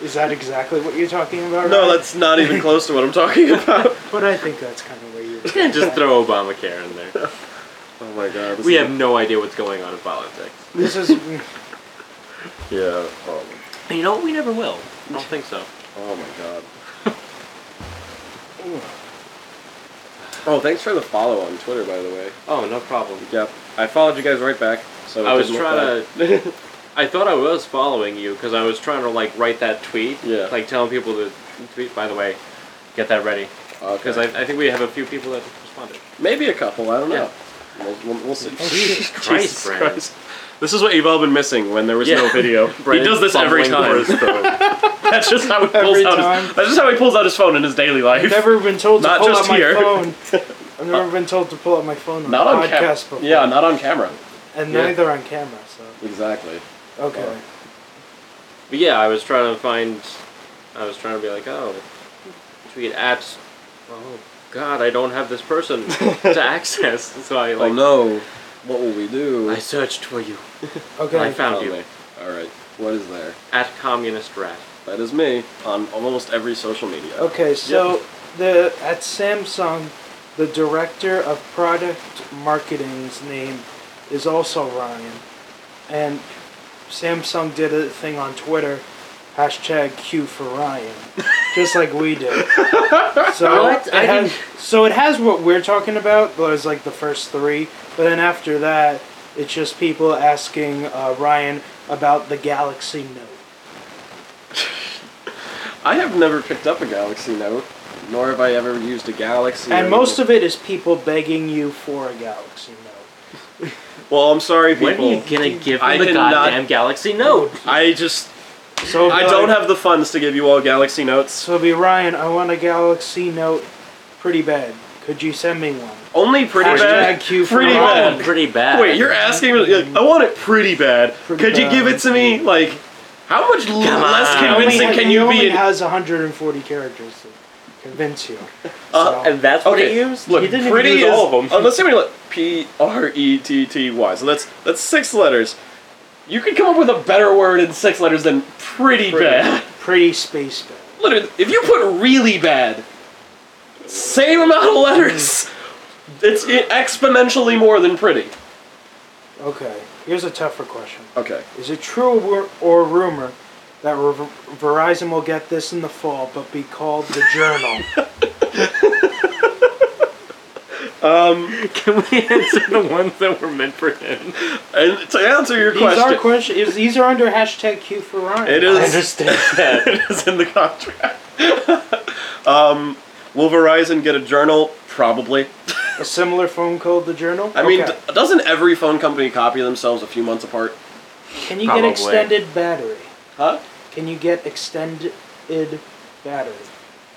Speaker 2: is that exactly what you're talking about?
Speaker 1: no,
Speaker 2: Ryan?
Speaker 1: that's not even close to what I'm talking about.
Speaker 2: But I think that's kind of where you.
Speaker 3: can't just throw Obamacare in there.
Speaker 1: Oh my god. this
Speaker 3: We
Speaker 1: is-
Speaker 3: have no idea what's going on in politics.
Speaker 2: This is.
Speaker 1: Yeah. Um,
Speaker 3: You know, we never will. I don't think so.
Speaker 1: oh my god. Oh, thanks for the follow on Twitter, by the way.
Speaker 3: Oh, no problem.
Speaker 1: Yep. I followed you guys right back. So
Speaker 3: I was trying to. I thought I was following you because I was trying to like write that tweet.
Speaker 1: Yeah.
Speaker 3: Like telling people to tweet. By the way, get that ready because I, I think we have a few people that responded.
Speaker 1: maybe a couple. I don't
Speaker 3: Yeah.
Speaker 1: know. We'll, we'll, we'll see.
Speaker 2: Jesus
Speaker 3: Christ, Brandon.
Speaker 1: This is what you've all been missing when there was
Speaker 3: Yeah.
Speaker 1: no video. he does this every time. That's just how he pulls
Speaker 2: Every
Speaker 1: out.
Speaker 2: time.
Speaker 1: His, that's just how he pulls out his phone in his daily life.
Speaker 2: I've never been told to
Speaker 1: Not
Speaker 2: pull
Speaker 1: just
Speaker 2: out my
Speaker 1: here.
Speaker 2: phone. I've never been told to pull out my phone on
Speaker 1: not
Speaker 2: a
Speaker 1: on camera.
Speaker 2: podcast before.
Speaker 1: Yeah, not on camera.
Speaker 2: and
Speaker 1: yeah.
Speaker 2: neither on camera. So
Speaker 1: Exactly.
Speaker 2: okay.
Speaker 1: Oh.
Speaker 3: But yeah, I was trying to find. I was trying to be like, oh, tweet at. Oh God, I don't have this person to access. So I like.
Speaker 1: Oh, no. What will we do?
Speaker 3: I searched for you.
Speaker 2: Okay.
Speaker 3: I found you
Speaker 1: All right. What is there?
Speaker 3: at communist rat.
Speaker 1: That is me on almost every social media.
Speaker 2: Okay, so the at Samsung, the director of product marketing's name is also Ryan, and Samsung did a thing on Twitter, hashtag Q for Ryan, just like we did. So
Speaker 3: I liked-
Speaker 2: it
Speaker 3: I
Speaker 2: has,
Speaker 3: didn't-
Speaker 2: so it has what we're talking about was like the first three, but then after that, it's just people asking uh, Ryan about the Galaxy Note.
Speaker 1: I have never picked up a Galaxy Note, nor have I ever used a Galaxy.
Speaker 2: And most of it is people begging you for a Galaxy Note.
Speaker 1: Well, I'm sorry, people.
Speaker 3: When are you gonna give
Speaker 1: I
Speaker 3: me the
Speaker 1: cannot-
Speaker 3: goddamn Galaxy Note?
Speaker 1: I just
Speaker 2: So
Speaker 1: I
Speaker 2: they're
Speaker 1: don't
Speaker 2: like-
Speaker 1: have the funds to give you all Galaxy Notes.
Speaker 2: So it'll be Ryan. I want a Galaxy Note, pretty bad. Could you send me one?
Speaker 1: Only pretty
Speaker 2: Hashtag
Speaker 1: bad.
Speaker 2: Q for
Speaker 1: pretty
Speaker 2: all.
Speaker 1: bad.
Speaker 3: pretty bad.
Speaker 1: Wait, you're asking me. like, I want it pretty bad.
Speaker 2: Pretty
Speaker 1: Could
Speaker 2: bad.
Speaker 1: you give it to me? Like, how much l-
Speaker 3: Come
Speaker 1: less
Speaker 3: on.
Speaker 2: Only
Speaker 1: convincing
Speaker 2: ha-
Speaker 1: can
Speaker 2: he
Speaker 1: you
Speaker 2: only
Speaker 1: be?
Speaker 2: has 140 characters to convince you.
Speaker 1: Uh,
Speaker 2: So-
Speaker 3: and that's what
Speaker 1: okay,
Speaker 3: he used.
Speaker 1: look,
Speaker 3: he didn't
Speaker 1: pretty
Speaker 3: even use
Speaker 1: is,
Speaker 3: all of them.
Speaker 1: Uh, let's see how many. P R E T T Y. So that's that's six letters. You could come up with a better word in six letters than pretty,
Speaker 2: Pretty.
Speaker 1: bad.
Speaker 2: pretty space bad.
Speaker 1: Literally, if you put really bad, same amount of letters, it's i- exponentially more than pretty.
Speaker 2: Okay, here's a tougher question.
Speaker 1: Okay.
Speaker 2: Is it true or, or rumor that Ver- Verizon will get this in the fall, but be called the Journal?
Speaker 3: Can we answer the ones that were meant for him?
Speaker 1: And to answer your
Speaker 2: these are
Speaker 1: question,
Speaker 2: question. Is these are under hashtag Q for Ryan?
Speaker 1: it
Speaker 3: I
Speaker 1: is
Speaker 3: understand that.
Speaker 1: it is in the contract. um, will Verizon get a journal? Probably.
Speaker 2: A similar phone called the Journal.
Speaker 1: I mean,
Speaker 2: Okay.
Speaker 1: d- doesn't every phone company copy themselves a few months apart?
Speaker 2: can you
Speaker 3: Probably.
Speaker 2: get extended battery?
Speaker 1: Huh?
Speaker 2: Can you get extended battery?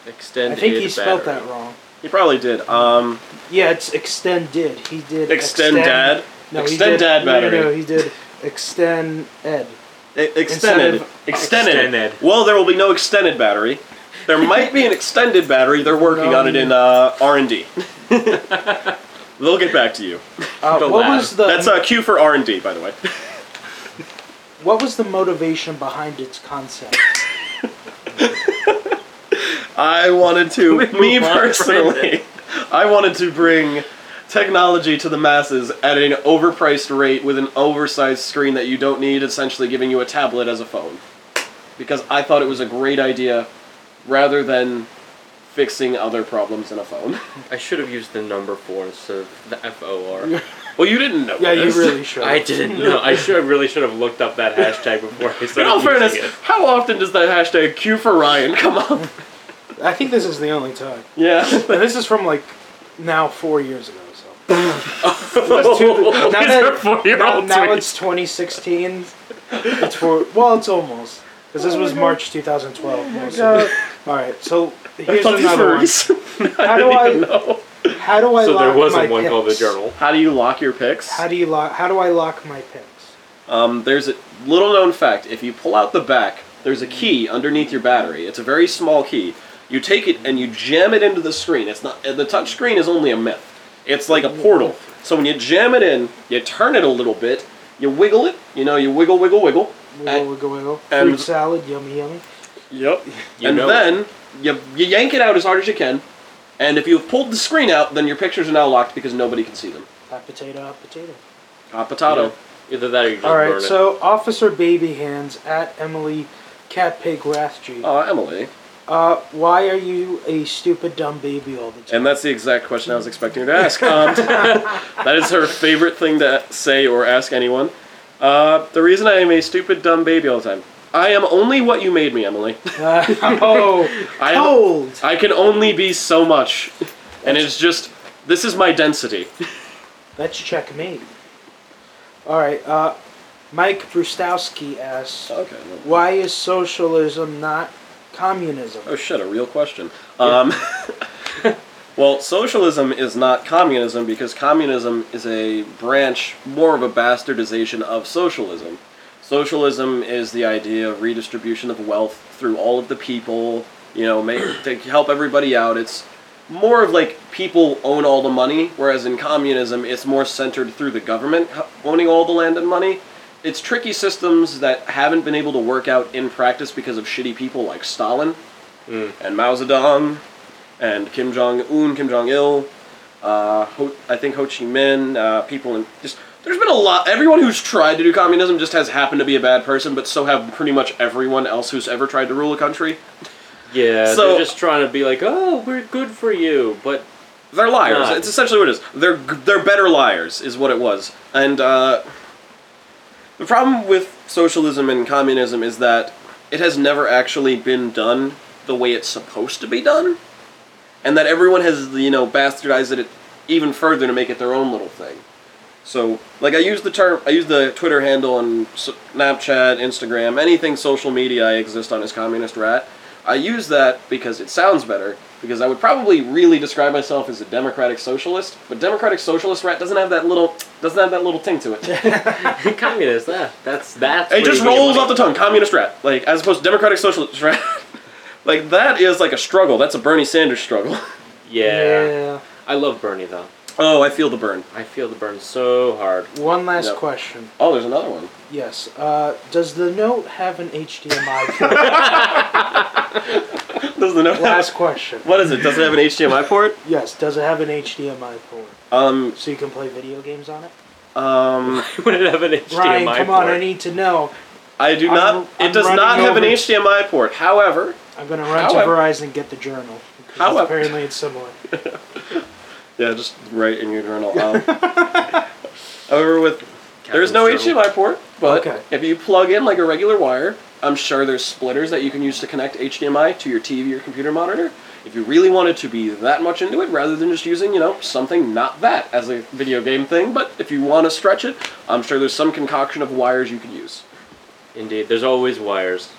Speaker 3: Extended
Speaker 2: I think he spelled
Speaker 3: battery.
Speaker 2: that wrong.
Speaker 1: He probably did. Um,
Speaker 2: Yeah, it's extended. He did
Speaker 1: extend dad.
Speaker 2: No, he
Speaker 1: extend
Speaker 2: did,
Speaker 1: dad
Speaker 2: no, no,
Speaker 1: battery.
Speaker 2: No, he did extend ed.
Speaker 1: E- extended.
Speaker 2: of-
Speaker 1: Extended.
Speaker 3: Extended.
Speaker 1: Well, there will be no extended battery. There might be an extended battery. They're working
Speaker 2: No.
Speaker 1: on it in uh, R and D. They'll get back to you.
Speaker 2: Uh,
Speaker 3: The
Speaker 2: what
Speaker 3: lab.
Speaker 2: was the
Speaker 1: That's a cue for R and D, by the way.
Speaker 2: what was the motivation behind its concept?
Speaker 1: I wanted to,
Speaker 3: We move
Speaker 1: me
Speaker 3: on from
Speaker 1: personally, I wanted to bring technology to the masses at an overpriced rate with an oversized screen that you don't need, essentially giving you a tablet as a phone. Because I thought it was a great idea rather than fixing other problems in a phone.
Speaker 3: I should have used the number four instead of the F O R.
Speaker 1: Well, you didn't know.
Speaker 2: Yeah, you really should.
Speaker 3: I didn't know. I should really should have looked up that hashtag before I
Speaker 1: In
Speaker 3: started
Speaker 1: all fairness,
Speaker 3: using it.
Speaker 1: how often does that hashtag Q for Ryan come up?
Speaker 2: I think this is the only time.
Speaker 1: Yeah.
Speaker 2: And this is from like now four years ago. So
Speaker 1: Now
Speaker 2: now,
Speaker 1: that-
Speaker 2: that- now,
Speaker 1: four-year-old
Speaker 2: now
Speaker 1: tweet.
Speaker 2: it's 2016. It's for well, it's almost because this was March 2012. mostly. All right, so
Speaker 1: I
Speaker 2: here's
Speaker 1: thought these
Speaker 2: another
Speaker 1: were
Speaker 2: one.
Speaker 1: recent.
Speaker 2: How do
Speaker 1: I didn't
Speaker 2: I?
Speaker 1: know.
Speaker 2: How do I?
Speaker 3: So there
Speaker 2: lock
Speaker 3: wasn't
Speaker 2: my
Speaker 3: one called the
Speaker 2: picks?
Speaker 3: Journal.
Speaker 1: How do you lock your picks?
Speaker 2: How do you lock? How do I lock my picks?
Speaker 1: Um, there's a little known fact. If you pull out the back, there's a key underneath your battery. It's a very small key. You take it and you jam it into the screen. It's not the touch screen is only a myth. It's like a portal. So when you jam it in, you turn it a little bit, you wiggle it. You know, you wiggle, wiggle, wiggle.
Speaker 2: Wiggle,
Speaker 1: and,
Speaker 2: wiggle, wiggle. Fruit
Speaker 1: and-
Speaker 2: salad, yummy, yummy.
Speaker 1: yep.
Speaker 3: You
Speaker 1: and
Speaker 3: know
Speaker 1: then you you yank it out as hard as you can. And if you've pulled the screen out, then your pictures are now locked because nobody can see them.
Speaker 2: Hot potato, hot potato.
Speaker 1: Hot potato.
Speaker 3: Either that or you just
Speaker 2: All right,
Speaker 3: burn it.
Speaker 2: so Officer Baby Hands at Emily Cat Pig Rathge.
Speaker 1: Oh, Emily.
Speaker 2: Uh, why are you a stupid dumb baby all the time?
Speaker 1: And that's the exact question I was expecting her to ask. Um, that is her favorite thing to say or ask anyone. Uh, the reason I am a stupid, dumb baby all the time. I am only what you made me, Emily.
Speaker 2: Uh, oh,
Speaker 1: I, am-
Speaker 2: cold.
Speaker 1: I can only be so much. And it's just, this is my density.
Speaker 2: That's checkmate. All right, uh, Mike Brustowski asks,
Speaker 1: Okay.
Speaker 2: why is socialism not communism?
Speaker 1: Oh shit, a real question. Um, well, socialism is not communism because communism is a branch, more of a bastardization of socialism. Socialism is the idea of redistribution of wealth through all of the people, you know, make, to help everybody out. It's more of like people own all the money, whereas in communism, it's more centered through the government h- owning all the land and money. It's tricky systems that haven't been able to work out in practice because of shitty people like Stalin and Mao Zedong and Kim Jong Un, Kim Jong Il, uh, Ho, I think Ho Chi Minh, uh, people in just. There's been a lot. Everyone who's tried to do communism just has happened to be a bad person, but so have pretty much everyone else who's ever tried to rule a country.
Speaker 3: Yeah,
Speaker 1: so-
Speaker 3: they're just trying to be like, oh, we're good for you, but
Speaker 1: They're liars.
Speaker 3: Nah.
Speaker 1: It's essentially what it is. They're they're better liars, is what it was. And uh, the problem with socialism and communism is that it has never actually been done the way it's supposed to be done, and that everyone has you know bastardized it even further to make it their own little thing. So, like, I use the term, I use the Twitter handle and s- Snapchat, Instagram, anything social media I exist on is communist rat. I use that because it sounds better, because I would probably really describe myself as a democratic socialist, but democratic socialist rat doesn't have that little, doesn't have that little ting to it. it
Speaker 3: communist, ah, that's that's. where
Speaker 1: just
Speaker 3: you get
Speaker 1: rolls
Speaker 3: money.
Speaker 1: off the tongue, communist rat, like, as opposed to democratic socialist rat. like, that is like a struggle. That's a Bernie Sanders struggle.
Speaker 3: Yeah. I love Bernie though.
Speaker 1: oh, I feel the burn.
Speaker 3: I feel the burn so hard.
Speaker 2: Yeah. One last
Speaker 1: Yep.
Speaker 2: question.
Speaker 1: Oh, there's another one.
Speaker 2: Yes. Uh, does the note have an HDMI? port?
Speaker 1: Does the note
Speaker 2: last question.
Speaker 1: What is it? Does it have an HDMI port?
Speaker 2: Yes. Does it have an HDMI port?
Speaker 1: Um,
Speaker 2: So you can play video games on it?
Speaker 1: um,
Speaker 3: Would it have an HDMI
Speaker 2: Ryan, come on,
Speaker 3: port?
Speaker 2: I need to know.
Speaker 1: I do
Speaker 2: I'm-
Speaker 1: not.
Speaker 2: I'm
Speaker 1: it does not
Speaker 2: running
Speaker 1: have an
Speaker 2: over-
Speaker 1: HDMI port. However,
Speaker 2: I'm gonna run to
Speaker 1: However-
Speaker 2: Verizon get the journal. because
Speaker 1: However-
Speaker 2: apparently it's similar.
Speaker 1: yeah, just write in your journal. Um, however, with there's
Speaker 3: Captain's
Speaker 1: no
Speaker 3: journal.
Speaker 1: HDMI port, but
Speaker 2: Okay.
Speaker 1: if you plug in like a regular wire, I'm sure there's splitters that you can use to connect HDMI to your TV or computer monitor. If you really wanted to be that much into it, rather than just using, you know, something not that as a video game thing, but if you want to stretch it, I'm sure there's some concoction of wires you can use.
Speaker 3: Indeed, there's always wires.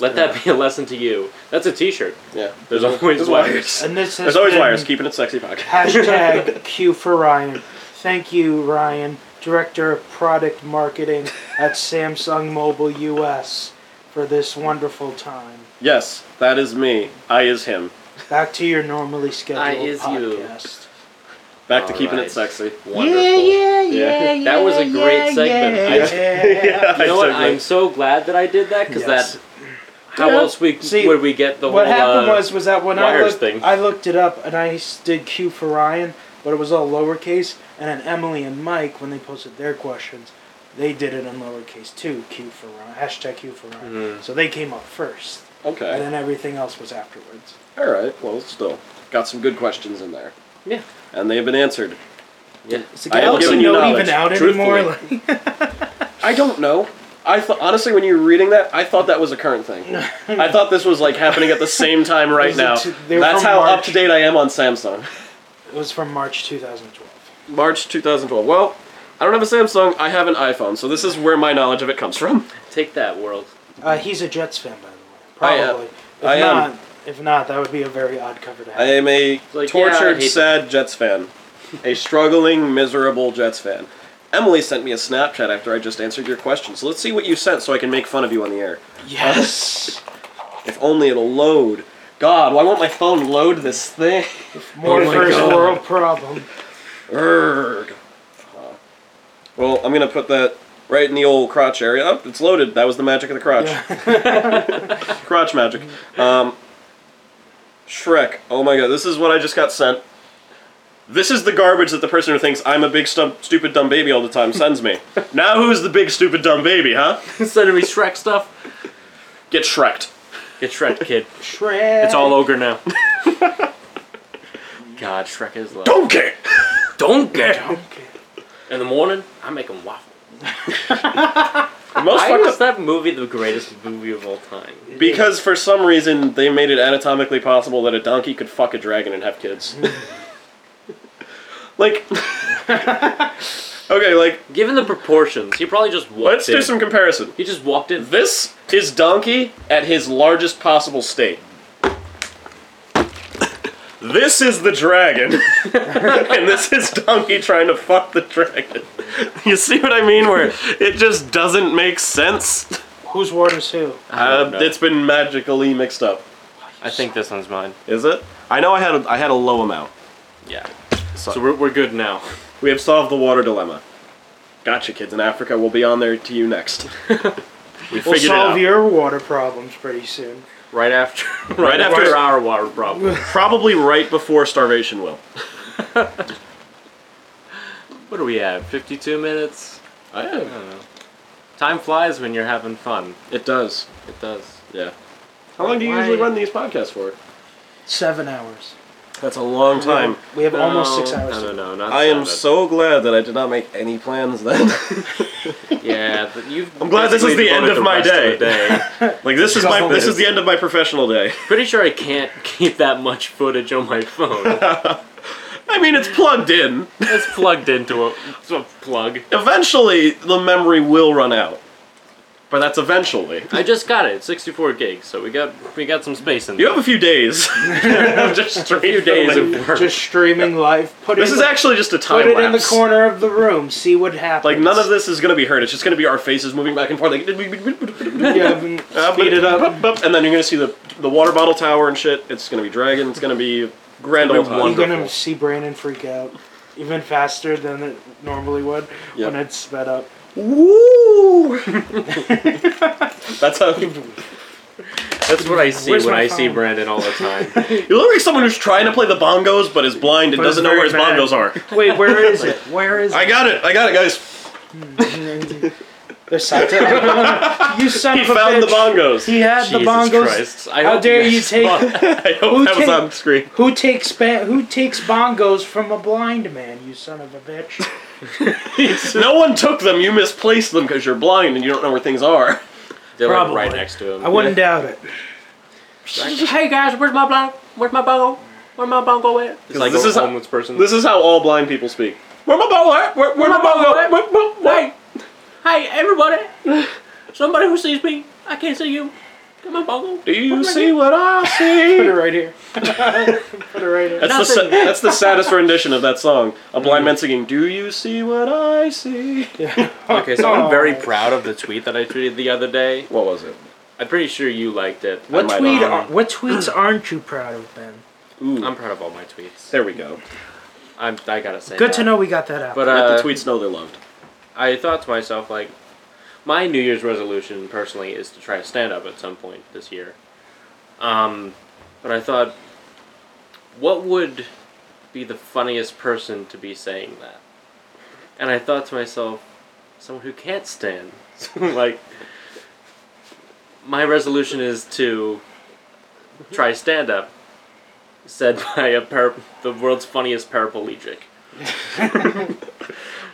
Speaker 3: Let that be a lesson to you. That's a T-shirt.
Speaker 1: Yeah,
Speaker 3: There's always wires.
Speaker 2: And this has
Speaker 1: There's always
Speaker 2: been
Speaker 1: wires. Keeping it sexy, podcast.
Speaker 2: Hashtag Q for Ryan. Thank you, Ryan, Director of Product Marketing at Samsung Mobile US, for this wonderful time.
Speaker 1: Yes, that is me. I is him.
Speaker 2: Back to your normally scheduled
Speaker 3: I is you.
Speaker 2: podcast.
Speaker 1: Back to
Speaker 3: All
Speaker 1: keeping
Speaker 3: right.
Speaker 1: it sexy.
Speaker 3: Wonderful.
Speaker 1: yeah, yeah,
Speaker 3: That was a great segment.
Speaker 1: yeah.
Speaker 3: I, you know what? I'm
Speaker 1: Segment.
Speaker 3: so glad that I did that because
Speaker 2: Yes.
Speaker 3: that How
Speaker 2: Yeah.
Speaker 3: else we
Speaker 2: See,
Speaker 3: would we get the
Speaker 2: what
Speaker 3: whole,
Speaker 2: happened
Speaker 3: uh,
Speaker 2: was was that when I
Speaker 3: wires
Speaker 2: looked,
Speaker 3: thing.
Speaker 2: I looked it up and I s- did Q for Ryan, but it was all lowercase. And then Emily and Mike, when they posted their questions, they did it in lowercase too. Q for Ryan, hashtag Q for Ryan.
Speaker 1: Mm-hmm.
Speaker 3: Mhm.
Speaker 2: So they came up first, and
Speaker 1: Okay.
Speaker 2: then everything else was afterwards.
Speaker 1: All right. Well, still got some good questions in there,
Speaker 3: yeah
Speaker 1: and they have been answered.
Speaker 3: yeah
Speaker 2: Is the
Speaker 1: I am
Speaker 2: galaxy
Speaker 1: giving you
Speaker 2: not
Speaker 1: knowledge,
Speaker 2: even out anymore?
Speaker 1: truthfully.
Speaker 2: Like,
Speaker 1: I don't know. I thought honestly, when you were reading that, I thought that was a current thing. I thought this was like happening at the same time right
Speaker 2: Was it
Speaker 1: now.
Speaker 2: t- they were
Speaker 1: That's
Speaker 2: from
Speaker 1: how
Speaker 2: March?
Speaker 1: up to date I am on Samsung.
Speaker 2: it was from March 2012.
Speaker 1: March 2012. Well, I don't have a Samsung. I have an iPhone, so this is where my knowledge of it comes from.
Speaker 3: take that world
Speaker 2: Uh, he's a Jets fan, by the way.
Speaker 1: I am.
Speaker 2: Probably. If
Speaker 1: I am.
Speaker 2: not, if not, that would be a very odd cover to have.
Speaker 1: I am a
Speaker 3: like, yeah, I
Speaker 1: tortured,
Speaker 3: hate
Speaker 1: sad Jets fan. A struggling, miserable Jets fan. Emily sent me a Snapchat after I just answered your question, so let's see what you sent so I can make fun of you on the air.
Speaker 2: Yes.
Speaker 1: If only it'll load. God, why won't my phone load this thing?
Speaker 2: More
Speaker 1: Oh my
Speaker 2: first
Speaker 1: God.
Speaker 2: world problem.
Speaker 1: Erg. Uh, Well, I'm gonna put that right in the old crotch area. Oh, it's loaded. That was the magic of the crotch. crotch magic. Um, Shrek. Oh my god, this is what I just got sent. This is the garbage that the person who thinks I'm a big stum- stupid dumb baby all the time sends me. now who's the big stupid dumb baby, huh?
Speaker 3: instead of me Shrek stuff
Speaker 1: Get Shreked.
Speaker 3: get Shrek kid
Speaker 2: Shrek.
Speaker 3: it's all ogre now God Shrek is love
Speaker 1: Donkey.
Speaker 3: don't get him.
Speaker 2: Okay.
Speaker 3: in the morning I make him waffle
Speaker 1: The most
Speaker 3: why
Speaker 1: fucked
Speaker 3: is
Speaker 1: up-
Speaker 3: that movie the greatest movie of all time
Speaker 1: because for some reason they made it anatomically possible that a donkey could fuck a dragon and have kids. like, okay, like
Speaker 3: given the proportions he probably just walked
Speaker 1: let's
Speaker 3: in.
Speaker 1: do some comparison.
Speaker 3: he just walked in
Speaker 1: This is donkey at his largest possible state. This is the dragon, and this is donkey trying to fuck the dragon. You see what I mean? Where it just doesn't make sense.
Speaker 2: Whose ward is who?
Speaker 1: Uh,
Speaker 3: know.
Speaker 1: it's been magically mixed up.
Speaker 3: I think this one's mine
Speaker 1: Is it? I know I had a, I had a low amount.
Speaker 3: yeah
Speaker 1: So-
Speaker 3: so we're, we're good now
Speaker 1: We have solved the water dilemma. Gotcha, kids in Africa. We'll be on there to you next.
Speaker 3: we
Speaker 2: We'll
Speaker 3: figured it out
Speaker 2: solve your water problems pretty soon.
Speaker 3: right after
Speaker 1: Right after-
Speaker 3: our water problem.
Speaker 1: Probably right before starvation will.
Speaker 3: What do we have? Fifty-two minutes.
Speaker 1: I
Speaker 3: I don't know. Time flies when you're having fun.
Speaker 1: It does.
Speaker 3: It does.
Speaker 1: Yeah. How long do you
Speaker 2: Why-
Speaker 1: usually run these podcasts for?
Speaker 2: Seven hours.
Speaker 1: That's a long time.
Speaker 2: We have almost six hours.
Speaker 3: No,
Speaker 2: to-
Speaker 3: no, no. Not
Speaker 1: I am
Speaker 3: seven.
Speaker 1: so glad that I did not make any plans then.
Speaker 3: Yeah, but you've.
Speaker 1: I'm glad this is
Speaker 3: basically
Speaker 1: the end of
Speaker 3: devoted the
Speaker 1: my
Speaker 3: rest
Speaker 1: day.
Speaker 3: the day.
Speaker 1: like this is my this is the end of my professional day.
Speaker 3: Pretty sure I can't keep that much footage on my phone.
Speaker 1: I mean, it's plugged in.
Speaker 3: it's plugged into a, it's a plug.
Speaker 1: Eventually, the memory will run out. But that's eventually.
Speaker 3: I just got it. 64 gigs, so we got we got some space in
Speaker 1: You
Speaker 3: there.
Speaker 1: have a few days. just
Speaker 3: a few days
Speaker 1: filming.
Speaker 3: of work.
Speaker 2: Just streaming live. Put
Speaker 1: This is
Speaker 2: it. in the-
Speaker 1: actually just a time
Speaker 2: Put it in the
Speaker 1: lapse.
Speaker 2: corner of the room. See what happens.
Speaker 1: Like none of this is gonna be heard. It's just gonna be our faces moving back and forth. Like
Speaker 2: Yeah, I mean, speed it up.
Speaker 1: and then you're gonna see the the water bottle tower and shit. It's gonna be dragon. It's gonna be grand old
Speaker 3: It's gonna
Speaker 1: time.
Speaker 3: be
Speaker 2: You're gonna
Speaker 3: Wonderful.
Speaker 2: see Brandon freak out even faster than it normally would
Speaker 1: Yeah.
Speaker 2: when it's sped up.
Speaker 1: Woo! That's how you
Speaker 3: That's what I see
Speaker 2: Where's
Speaker 3: when
Speaker 2: my
Speaker 3: I see
Speaker 2: phone?
Speaker 3: Brandon all the time.
Speaker 1: look like someone who's trying to play the bongos but is blind and
Speaker 2: But it's
Speaker 1: doesn't know where
Speaker 2: very
Speaker 1: his
Speaker 2: bad.
Speaker 1: bongos are.
Speaker 2: Wait, where is it? Where is
Speaker 1: I
Speaker 2: it?
Speaker 1: got it. I got it, guys.
Speaker 2: There's something. you son
Speaker 1: He
Speaker 2: of a
Speaker 1: found the
Speaker 2: bitch.
Speaker 1: bongos.
Speaker 2: He had the
Speaker 3: Jesus
Speaker 2: bongos.
Speaker 3: Christ! I
Speaker 2: How
Speaker 3: hope
Speaker 2: dare you
Speaker 3: guys
Speaker 2: take-
Speaker 3: saw
Speaker 1: I hope
Speaker 2: Who
Speaker 1: that was
Speaker 2: take-
Speaker 1: on screen.
Speaker 2: Who takes ba- who takes bongos from a blind man? You son of a bitch.
Speaker 1: No one took them. You misplaced them because you're blind and you don't know where things are.
Speaker 3: They're like right
Speaker 2: Probably.
Speaker 3: next to him.
Speaker 2: I wouldn't doubt it.
Speaker 3: hey guys, where's my bong? Where's my bongo? Where's my bongo at? It's
Speaker 1: like
Speaker 3: like
Speaker 1: this
Speaker 3: a
Speaker 1: is how-
Speaker 3: homeless person.
Speaker 1: This is how all blind people speak. Where my bongo? at? Where, where my bongo? at? Where- where- where-
Speaker 3: hey, hey, everybody! Somebody who sees me, I can't see you. Get my bongo.
Speaker 1: Do you see what I see?
Speaker 2: Put it right here. Put it right here.
Speaker 1: That's the, sa-
Speaker 3: Nothing.
Speaker 1: that's the saddest rendition of that song. A
Speaker 5: Mm.
Speaker 1: blind man singing, Do you see what I see?
Speaker 3: Okay, so I'm very
Speaker 2: Oh.
Speaker 3: proud of the tweet that I tweeted the other day.
Speaker 1: What was it?
Speaker 3: I'm pretty sure you liked it.
Speaker 1: What
Speaker 2: What
Speaker 1: might
Speaker 2: tweet?
Speaker 1: have.
Speaker 2: Are, what tweets aren't you proud of, Ben?
Speaker 1: Ooh.
Speaker 3: I'm proud of all my tweets.
Speaker 1: there we go.
Speaker 3: I'm, I gotta say.
Speaker 2: Good
Speaker 3: that.
Speaker 2: to know we got that out.
Speaker 3: But
Speaker 1: Let
Speaker 3: uh,
Speaker 1: the tweets know they're loved.
Speaker 3: I thought to myself like, my New Year's resolution personally is to try stand up at some point this year. Um, but I thought, what would be the funniest person to be saying that? And I thought to myself, someone who can't stand. So, like, my resolution is to try stand up, said by a par- the world's funniest paraplegic.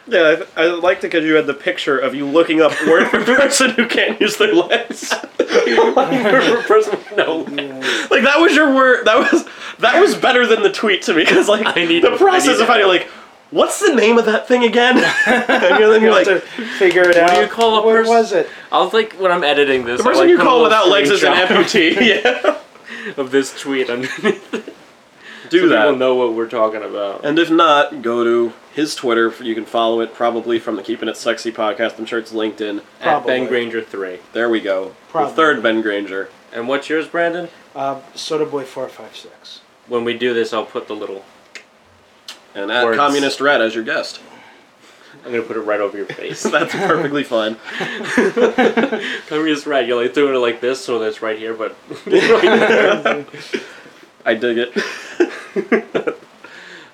Speaker 5: Yeah, I, th- I liked it because you had the picture of you looking up word for person who can't use their legs.
Speaker 3: person with no
Speaker 2: Yeah.
Speaker 5: Like that was your word. That was that was better than the tweet to me because like
Speaker 3: I need-
Speaker 5: the
Speaker 3: I need
Speaker 5: process
Speaker 3: that.
Speaker 5: of finding like what's the name of that thing again, and you're, then
Speaker 2: You
Speaker 5: you're like
Speaker 2: have to figure it out.
Speaker 3: do you call a
Speaker 2: what
Speaker 3: pers-
Speaker 2: was it?
Speaker 3: I was like, when I'm editing this,
Speaker 5: the person
Speaker 3: I, like,
Speaker 5: you
Speaker 3: put a
Speaker 5: call
Speaker 3: little
Speaker 5: without legs is an
Speaker 3: screenshot
Speaker 5: amputee. yeah,
Speaker 3: of this tweet underneath.
Speaker 5: do
Speaker 3: so
Speaker 5: that.
Speaker 3: People know what we're talking about.
Speaker 1: And if not, go to his Twitter. You can follow it probably from the Keeping It Sexy podcast. I'm sure it's LinkedIn.
Speaker 3: At Ben
Speaker 2: Probably.
Speaker 3: Granger three.
Speaker 1: There we go.
Speaker 2: Probably.
Speaker 1: The third Ben Granger.
Speaker 3: And what's yours, Brandon?
Speaker 2: Uh, Soda Boy four five six.
Speaker 3: When we do this, I'll put the little.
Speaker 1: And at
Speaker 3: Words.
Speaker 1: Communist Red as your guest.
Speaker 3: I'm gonna put it right over your face.
Speaker 1: That's perfectly fine.
Speaker 3: Come just right. You're like doing it like this, so that's right here. But
Speaker 1: I dig it.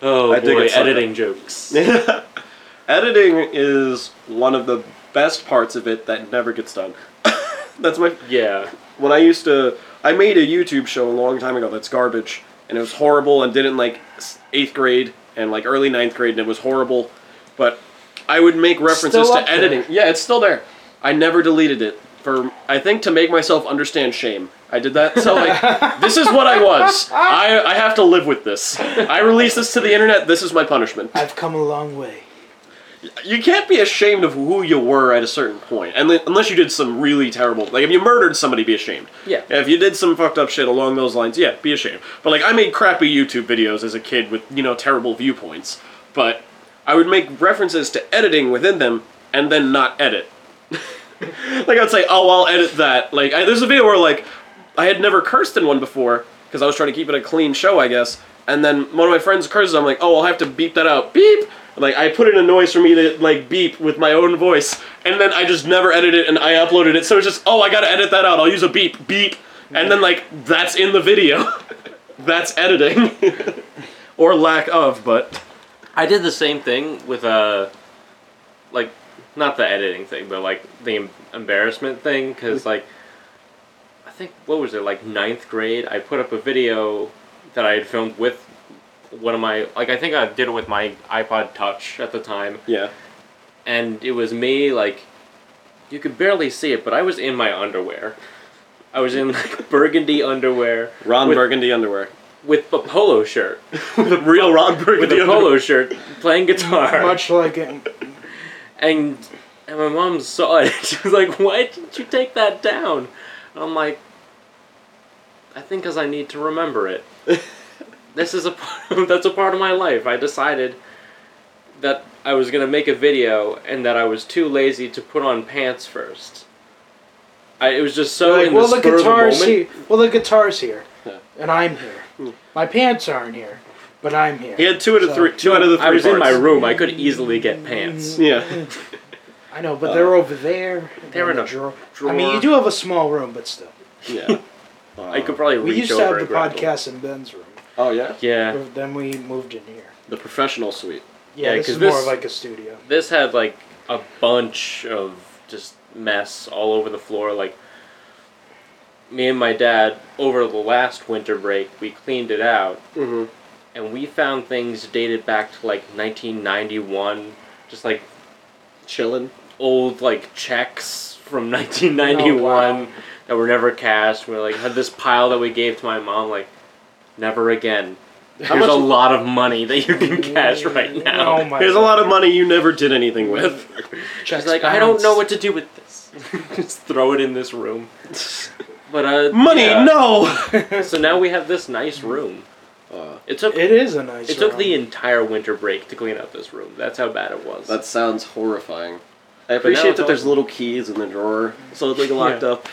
Speaker 3: oh
Speaker 1: I dig
Speaker 3: boy,
Speaker 1: it, sucker.
Speaker 3: editing jokes.
Speaker 1: Editing is one of the best parts of it that never gets done. That's my
Speaker 3: yeah.
Speaker 1: when I used to I made a YouTube show a long time ago that's garbage and it was horrible and did it in like s- eighth grade and like early ninth grade and it was horrible, but I would make references
Speaker 2: Still
Speaker 1: to
Speaker 2: up there.
Speaker 1: editing. Yeah, it's still there. I never deleted it for I think to make myself understand shame. I did that so like this is what I was. I I have to live with this. I release this to the internet. This is my punishment.
Speaker 2: I've come a long way.
Speaker 1: You can't be ashamed of who you were at a certain point, and unless you did some really terrible. Like if you murdered somebody, be ashamed.
Speaker 3: Yeah.
Speaker 1: If you did some fucked up shit along those lines, yeah, be ashamed. But like I made crappy YouTube videos as a kid with you know terrible viewpoints, but I would make references to editing within them and then not edit. like I'd say, oh, I'll edit that. Like I, there's a video where like I had never cursed in one before because I was trying to keep it a clean show, I guess. And then one of my friends curses, I'm like, oh, I'll have to beep that out. Beep. Like I put in a noise for me to like beep with my own voice, and then I just never edited it, and I uploaded it. So it's just, oh, I gotta edit that out. I'll use a beep, beep, and then like that's in the video. that's editing, or lack of. But
Speaker 3: I did the same thing with uh, like not the editing thing, but like the em- embarrassment thing
Speaker 1: Mm-hmm.
Speaker 3: because like I think what was it like ninth grade? I put up a video that I had filmed with one of my like I think I did it with my iPod Touch at the time,
Speaker 1: yeah,
Speaker 3: and it was me like you could barely see it, but I was in my underwear. I was in like burgundy underwear
Speaker 1: Ron
Speaker 3: With-
Speaker 1: Burgundy underwear.
Speaker 3: with a polo shirt,
Speaker 1: the real Ron Burgundy
Speaker 3: with a
Speaker 1: underwear.
Speaker 3: polo shirt, playing guitar.
Speaker 2: Much like it.
Speaker 3: And and my mom saw it. She was like, "Why didn't you take that down?" And I'm like, "I think 'cause I need to remember it. this is a part, that's a part of my life. I decided that I was gonna make a video and that I was too lazy to put on pants first. I, it was just so
Speaker 2: Like,
Speaker 3: in
Speaker 2: well,
Speaker 3: the,
Speaker 2: the
Speaker 3: spur of the
Speaker 2: guitar's
Speaker 3: moment. Hmm.
Speaker 2: here. Well, the guitar's here,
Speaker 1: Yeah.
Speaker 2: and I'm here. My pants aren't here, but I'm here.
Speaker 1: He had two out of
Speaker 2: So-
Speaker 1: three. Two out of the three.
Speaker 3: I was in my
Speaker 1: parts.
Speaker 3: room. I could easily get pants.
Speaker 1: Yeah.
Speaker 2: I know, but they're over there.
Speaker 3: Uh, they're in
Speaker 2: the
Speaker 3: a
Speaker 2: drawer.
Speaker 3: drawer.
Speaker 2: I mean, you do have a small room, but still.
Speaker 1: Yeah.
Speaker 3: I could probably
Speaker 2: We
Speaker 3: reach
Speaker 2: used to
Speaker 3: over
Speaker 2: have the
Speaker 3: and grab them.
Speaker 2: podcast in Ben's room.
Speaker 1: Oh yeah.
Speaker 3: Yeah.
Speaker 2: but Then we moved in here.
Speaker 1: The professional suite.
Speaker 2: Yeah,
Speaker 3: Yeah,
Speaker 2: this
Speaker 3: 'cause
Speaker 2: is more
Speaker 3: this-
Speaker 2: of like a studio.
Speaker 3: this had like a bunch of just mess all over the floor like me and my dad over the last winter break we cleaned it out
Speaker 1: Mm-hmm.
Speaker 3: and we found things dated back to like 1991 just like
Speaker 1: Chilling.
Speaker 3: old like checks from 1991
Speaker 2: Oh, wow.
Speaker 3: that were never cashed we like had this pile that we gave to my mom like never again
Speaker 1: How
Speaker 3: there's
Speaker 1: much-
Speaker 3: a lot of money that you can cash right now
Speaker 2: Oh my
Speaker 1: There's a lot of money you never did anything with.
Speaker 2: Checks
Speaker 3: She's like, I don't know
Speaker 2: balanced.
Speaker 3: what to do with this. Just throw it in this room. But uh,
Speaker 1: Money,
Speaker 3: yeah.
Speaker 1: no.
Speaker 3: So now we have this nice room.
Speaker 1: Uh,
Speaker 3: It took it,
Speaker 2: It is a nice.
Speaker 3: took
Speaker 2: room.
Speaker 3: the entire winter break to clean out this room. That's how bad it was.
Speaker 1: that sounds horrifying. I
Speaker 3: now
Speaker 1: appreciate
Speaker 3: it's
Speaker 1: that there's
Speaker 3: awesome.
Speaker 1: little keys in the drawer, so it's like locked up.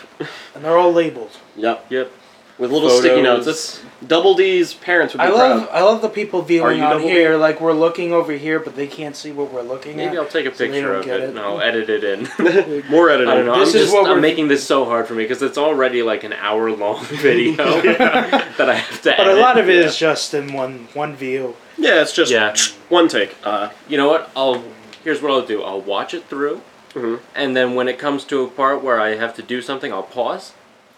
Speaker 2: and they're all labeled.
Speaker 1: Yep.
Speaker 3: yep.
Speaker 1: with little sticky notes.
Speaker 3: Photos.
Speaker 1: That's Double D's parents would be
Speaker 2: I
Speaker 1: proud.
Speaker 2: love I love the people viewing
Speaker 1: you
Speaker 2: on
Speaker 1: double
Speaker 2: here. Like we're looking over here, but they can't see what we're looking
Speaker 3: Maybe
Speaker 2: at.
Speaker 3: I'll take a
Speaker 2: so they
Speaker 3: picture
Speaker 2: don't
Speaker 3: of
Speaker 2: get
Speaker 3: it,
Speaker 2: it.
Speaker 3: and I'll edit it in.
Speaker 1: More editing.
Speaker 3: I don't know.
Speaker 2: This
Speaker 3: I'm
Speaker 2: is
Speaker 3: just
Speaker 2: what we're-
Speaker 3: I'm making this so hard for me because it's already like an hour long video that I have to.
Speaker 2: But a
Speaker 3: edit.
Speaker 2: lot of it is just in one one view.
Speaker 1: Yeah, it's just
Speaker 3: Yeah.
Speaker 1: one take. Uh,
Speaker 3: You know what? I'll here's what I'll do. I'll watch it through,
Speaker 1: Mhm.
Speaker 3: and then when it comes to a part where I have to do something, I'll pause,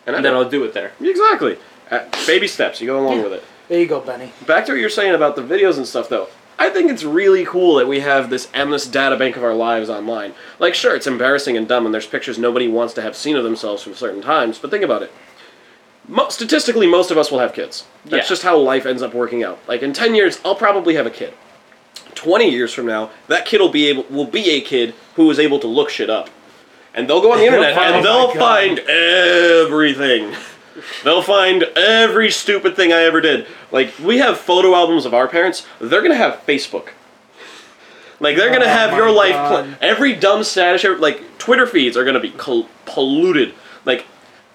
Speaker 1: and
Speaker 3: and then I'll do it there.
Speaker 1: exactly. Uh, baby steps. You go along with it.
Speaker 2: There you go, Benny.
Speaker 1: Back to what you're saying about the videos and stuff, though. I think it's really cool that we have this endless data bank of our lives online. Like, sure, it's embarrassing and dumb, and there's pictures nobody wants to have seen of themselves from certain times, but think about it. Mo- statistically, most of us will have kids. That's
Speaker 3: Yeah.
Speaker 1: just how life ends up working out. Like, in 10 years, I'll probably have a kid. 20 years from now, that kid will be able will be a kid who is able to look shit up. And they'll go on the internet and
Speaker 2: find- Oh
Speaker 1: they'll
Speaker 2: my God.
Speaker 1: find everything. They'll find every stupid thing I ever did. Like we have photo albums of our parents. They're gonna have Facebook. Like they're gonna
Speaker 2: Oh
Speaker 1: have
Speaker 2: my
Speaker 1: your life.
Speaker 2: God.
Speaker 1: Pl- every dumb status. every- Like Twitter feeds are gonna be col- polluted. Like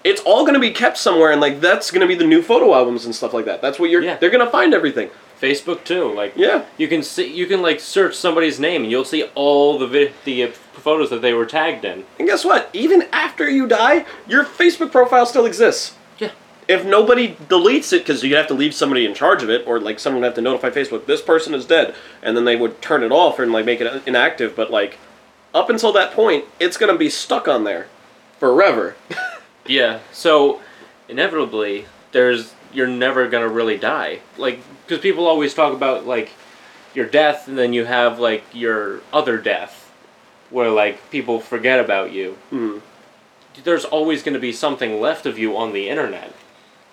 Speaker 1: it's all gonna be kept somewhere, and like that's gonna be the new photo albums and stuff like that. That's what you're.
Speaker 3: Yeah.
Speaker 1: They're gonna find everything.
Speaker 3: Facebook too, like
Speaker 1: Yeah.
Speaker 3: You can see, you can like search somebody's name, and you'll see all the vid- the uh, photos that they were tagged in.
Speaker 1: And guess what? Even after you die, your Facebook profile still exists.
Speaker 3: Yeah.
Speaker 1: If nobody deletes it, because you would have to leave somebody in charge of it, or like someone would have to notify Facebook, this person is dead, and then they would turn it off and like make it inactive. But like, up until that point, it's gonna be stuck on there forever.
Speaker 3: Yeah. So inevitably, there's you're never gonna really die, like because people always talk about like your death, and then you have like your other death, where like people forget about you.
Speaker 1: Hmm.
Speaker 3: There's always gonna be something left of you on the internet.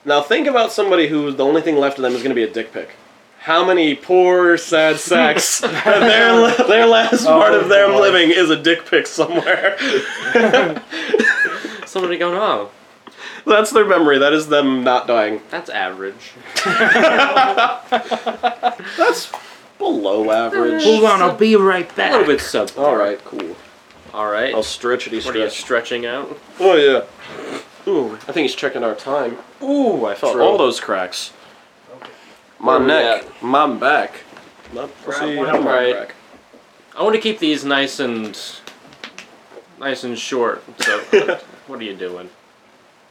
Speaker 1: Now think about somebody who the only thing left of them is gonna be a dick pic. How many poor sad sacks that their their last part of their
Speaker 2: boy.
Speaker 1: living is a dick pic somewhere.
Speaker 3: Somebody going, oh,
Speaker 1: That's their memory. That is them not dying.
Speaker 3: that's average.
Speaker 1: That's below average.
Speaker 2: Hold on, I'll be right
Speaker 3: A
Speaker 2: back.
Speaker 3: little bit sub.
Speaker 1: All right, cool.
Speaker 3: All right.
Speaker 1: I'll stretchity
Speaker 3: What are you
Speaker 1: stretch.
Speaker 3: stretching out?
Speaker 1: Oh yeah. Ooh, I think he's checking our time. Ooh, I felt
Speaker 3: True.
Speaker 1: all those cracks. My
Speaker 3: Where we
Speaker 1: neck, my back. My pussy,
Speaker 2: one
Speaker 1: and my
Speaker 3: right.
Speaker 1: back.
Speaker 3: I want to keep these nice and nice and short. So, uh, what are you doing?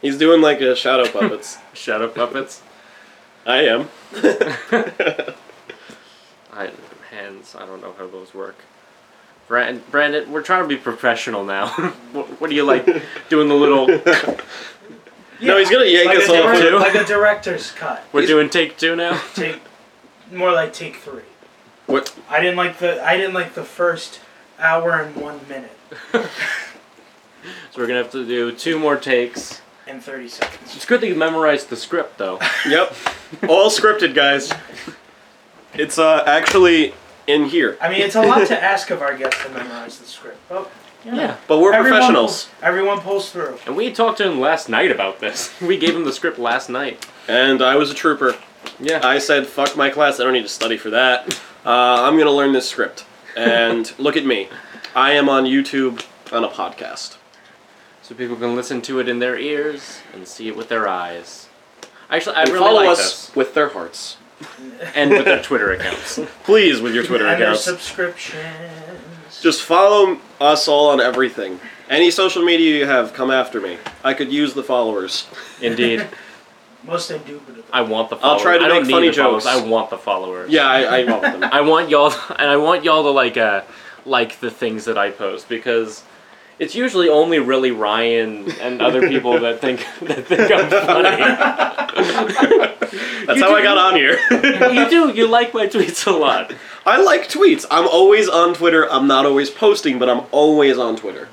Speaker 1: He's doing like a shadow puppets.
Speaker 3: Shadow puppets?
Speaker 1: I am.
Speaker 3: I hands. I don't know how those work. Brand, Brandon, we're trying to be professional now. what, what do you like doing? The little
Speaker 1: no, he's gonna yank
Speaker 2: like
Speaker 1: us
Speaker 2: a
Speaker 1: off.
Speaker 2: direct-
Speaker 3: too.
Speaker 2: Like a director's cut.
Speaker 3: we're
Speaker 1: He's-
Speaker 3: doing take two now.
Speaker 2: Take more like take three.
Speaker 1: What?
Speaker 2: I didn't like the I didn't like the first hour and one minute
Speaker 3: So we're gonna have to do two more takes.
Speaker 2: and thirty seconds.
Speaker 3: It's good that you memorized the script though.
Speaker 1: Yep. All scripted, guys. It's uh actually in here,
Speaker 2: I mean, it's a lot to ask of our guests to memorize the script. Oh, But, you know,
Speaker 3: Yeah.
Speaker 1: but we're
Speaker 2: everyone
Speaker 1: professionals,
Speaker 2: pulls- everyone pulls through.
Speaker 3: And we talked to him last night about this. We gave him the script last night.
Speaker 1: and I was a trooper.
Speaker 3: Yeah.
Speaker 1: I said, fuck my class, I don't need to study for that. Uh, I'm going to learn this script. And look at me. I am on YouTube on a podcast.
Speaker 3: so people can listen to it in their ears and see it with their eyes. Actually, I
Speaker 1: And
Speaker 3: really
Speaker 1: follow
Speaker 3: like
Speaker 1: us with their hearts.
Speaker 3: this. And with their Twitter accounts.
Speaker 1: Please, with your Twitter
Speaker 2: and their
Speaker 1: accounts.
Speaker 2: subscriptions.
Speaker 1: Just follow us all on everything. Any social media you have, come after me. I could use the followers.
Speaker 3: Indeed.
Speaker 2: Most indubitable.
Speaker 3: I want the followers.
Speaker 1: I'll try to
Speaker 3: I don't
Speaker 1: make
Speaker 3: need
Speaker 1: funny
Speaker 3: the followers.
Speaker 1: jokes.
Speaker 3: I want the followers.
Speaker 1: Yeah, I, I want them.
Speaker 3: I want y'all and I want y'all to like uh like the things that I post because it's usually only really Ryan and other people that think that think I'm funny.
Speaker 1: That's how I got on here.
Speaker 3: you do, you like my tweets a lot.
Speaker 1: I like tweets. I'm always on Twitter. I'm not always posting, but I'm always on Twitter.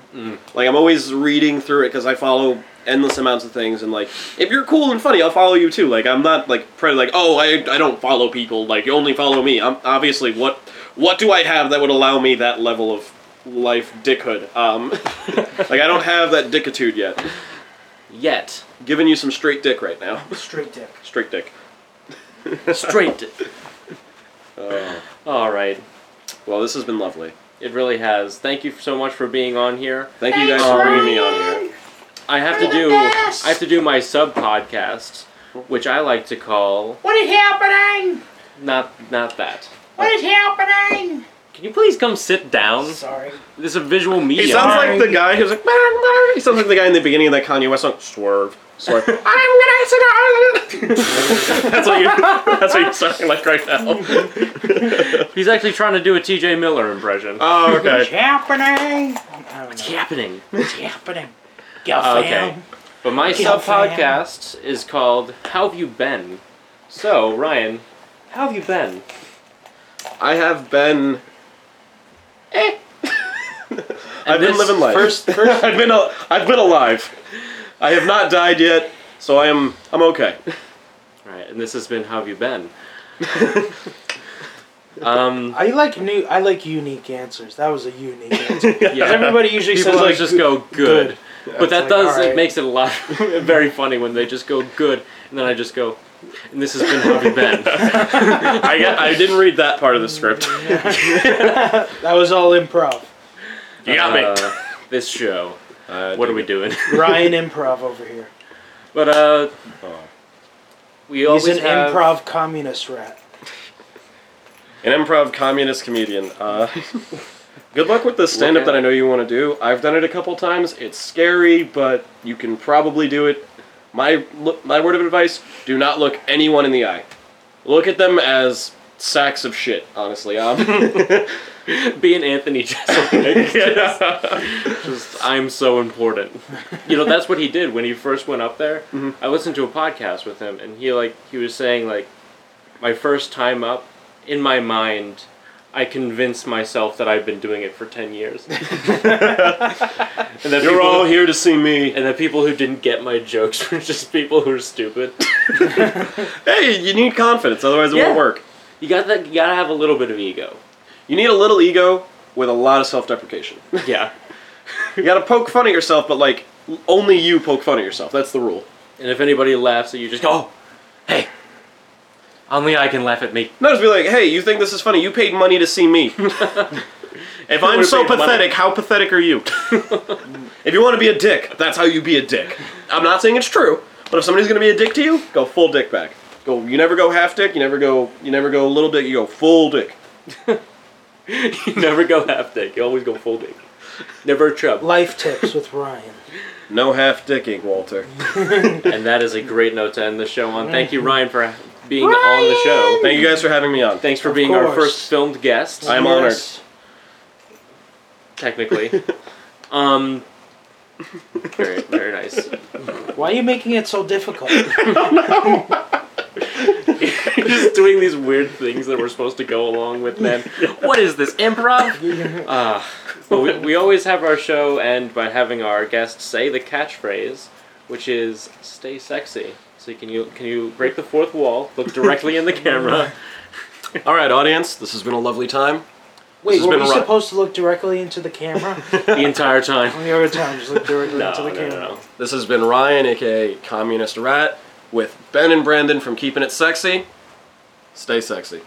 Speaker 1: Like I'm always reading through it because I follow endless amounts of things. And like, if you're cool and funny, I'll follow you too. Like I'm not like pre- like oh I I don't follow people. Like you only follow me. I'm obviously what what do I have that would allow me that level of life dickhood? Um, like I don't have that dickitude yet.
Speaker 3: Yet.
Speaker 1: Giving you some straight dick right now.
Speaker 2: Straight dick.
Speaker 1: Straight dick.
Speaker 3: Straight to-
Speaker 1: Oh.
Speaker 3: Alright.
Speaker 1: well, this has been lovely.
Speaker 3: It really has. Thank you so much for being on here.
Speaker 1: Thank you guys
Speaker 6: Thanks,
Speaker 1: for bringing me on
Speaker 6: Ryan.
Speaker 1: here.
Speaker 3: I have to
Speaker 6: You're the
Speaker 3: do
Speaker 6: best.
Speaker 3: I have to do my sub podcast which I like to call
Speaker 7: What is happening?
Speaker 3: not not that.
Speaker 7: What is happening?
Speaker 3: Can you please come sit down?
Speaker 2: Sorry.
Speaker 3: This is a visual medium.
Speaker 1: He sounds
Speaker 2: Sorry.
Speaker 1: like the guy who's like, "Bah, bah." he sounds like the guy in the beginning of that Kanye West song, Swerve. Swerve. I'm gonna sit down. that's what you. That's what you're sounding like right now.
Speaker 3: He's actually trying to do a T.J. Miller impression.
Speaker 1: Oh, okay.
Speaker 7: Happening.
Speaker 2: I don't
Speaker 3: What's
Speaker 2: know.
Speaker 3: happening?
Speaker 7: What's happening?
Speaker 3: Uh, okay. But my sub
Speaker 7: fam.
Speaker 3: podcast is called How Have You Been? So, Ryan, how have you been?
Speaker 1: I have been.
Speaker 3: And
Speaker 1: I've been
Speaker 3: this
Speaker 1: living life.
Speaker 3: First, first
Speaker 1: I've been. al- I've been alive. I have not died yet, so I am. I'm okay.
Speaker 3: right, and this has been How Have You Been? um,
Speaker 2: I like new. I like unique answers. That was a unique answer. 'Cause
Speaker 3: yeah.
Speaker 2: Everybody usually
Speaker 3: People
Speaker 2: says
Speaker 3: always
Speaker 2: like,
Speaker 3: just go good. But
Speaker 2: It's
Speaker 3: that
Speaker 2: like,
Speaker 3: does,
Speaker 2: alright.
Speaker 3: it makes it a lot very funny when they just go good, and then I just go, and this has been How Have You Been?
Speaker 1: I, get- I didn't read that part of the script.
Speaker 2: That was all improv.
Speaker 1: You got me.
Speaker 3: Uh, this show.
Speaker 1: Uh,
Speaker 3: What are we doing?
Speaker 2: Ryan improv over here.
Speaker 3: but, uh,
Speaker 1: Oh.
Speaker 3: we always
Speaker 2: He's an
Speaker 3: have-
Speaker 2: improv communist rat.
Speaker 1: An improv communist comedian. Uh, good luck with the stand up
Speaker 3: Look at
Speaker 1: that I know you want to do. I've done it a couple times. It's scary, but you can probably do it. My look, my word of advice: do not look anyone in the eye. Look at them as sacks of shit. Honestly, um,
Speaker 3: being Anthony Jeselnik. just, just, I'm so important. You know, that's what he did when he first went up there.
Speaker 1: Mm-hmm.
Speaker 3: I listened to a podcast with him, and he like he was saying like, my first time up, in my mind, I convinced myself that I've been doing it for ten years. and that
Speaker 1: you're
Speaker 3: people,
Speaker 1: all here to see me.
Speaker 3: And the people who didn't get my jokes were just people who were stupid.
Speaker 1: Hey, you need confidence, otherwise it
Speaker 3: Yeah.
Speaker 1: won't work.
Speaker 3: You got that. You gotta have a little bit of ego.
Speaker 1: You need a little ego with a lot of self-deprecation.
Speaker 3: Yeah.
Speaker 1: you gotta poke fun at yourself, but like only you poke fun at yourself. That's the rule.
Speaker 3: And if anybody laughs at you, just go, oh, hey. Only I can laugh at me.
Speaker 1: No, just be like, hey, you think this is funny? You paid money to see me. if I'm
Speaker 3: would've
Speaker 1: so
Speaker 3: paid money.
Speaker 1: pathetic, how pathetic are you? if you want to be a dick, that's how you be a dick. I'm not saying it's true, but if somebody's gonna be a dick to you, go full dick back. Go. You never go half dick. You never go. You never go little dick. You go full dick.
Speaker 3: You never go half dick. You always go full dick. Never chub.
Speaker 2: Life tips with Ryan.
Speaker 1: No half dicking, Walter.
Speaker 3: And that is a great note to end the show on. Thank you, Ryan, for being on the show.
Speaker 1: Thank you guys for having me on.
Speaker 3: Thanks for
Speaker 2: Of
Speaker 3: being our
Speaker 2: course.
Speaker 3: first filmed guest,
Speaker 1: I- I'm honored.
Speaker 3: technically. Um, very, very nice.
Speaker 2: honored. Why are you making it so difficult?
Speaker 3: You're just doing these weird things that we're supposed to go along with, man. What is this improv? Uh, but we, we always have our show end by having our guests say the catchphrase, which is "Stay sexy." So can you can you break the fourth wall? Look directly in the camera.
Speaker 1: All right, audience. This has been a lovely time.
Speaker 2: Wait,
Speaker 1: has
Speaker 2: were
Speaker 1: been
Speaker 2: we
Speaker 1: a run.
Speaker 2: supposed to look directly into the camera?
Speaker 3: the entire time.
Speaker 2: On the other time, just look directly
Speaker 3: No,
Speaker 2: into
Speaker 3: no,
Speaker 2: the
Speaker 3: no,
Speaker 2: camera.
Speaker 3: no.
Speaker 1: This has been Ryan, aka Communist Rat, with Ben and Brandon from Keeping It Sexy. Stay sexy.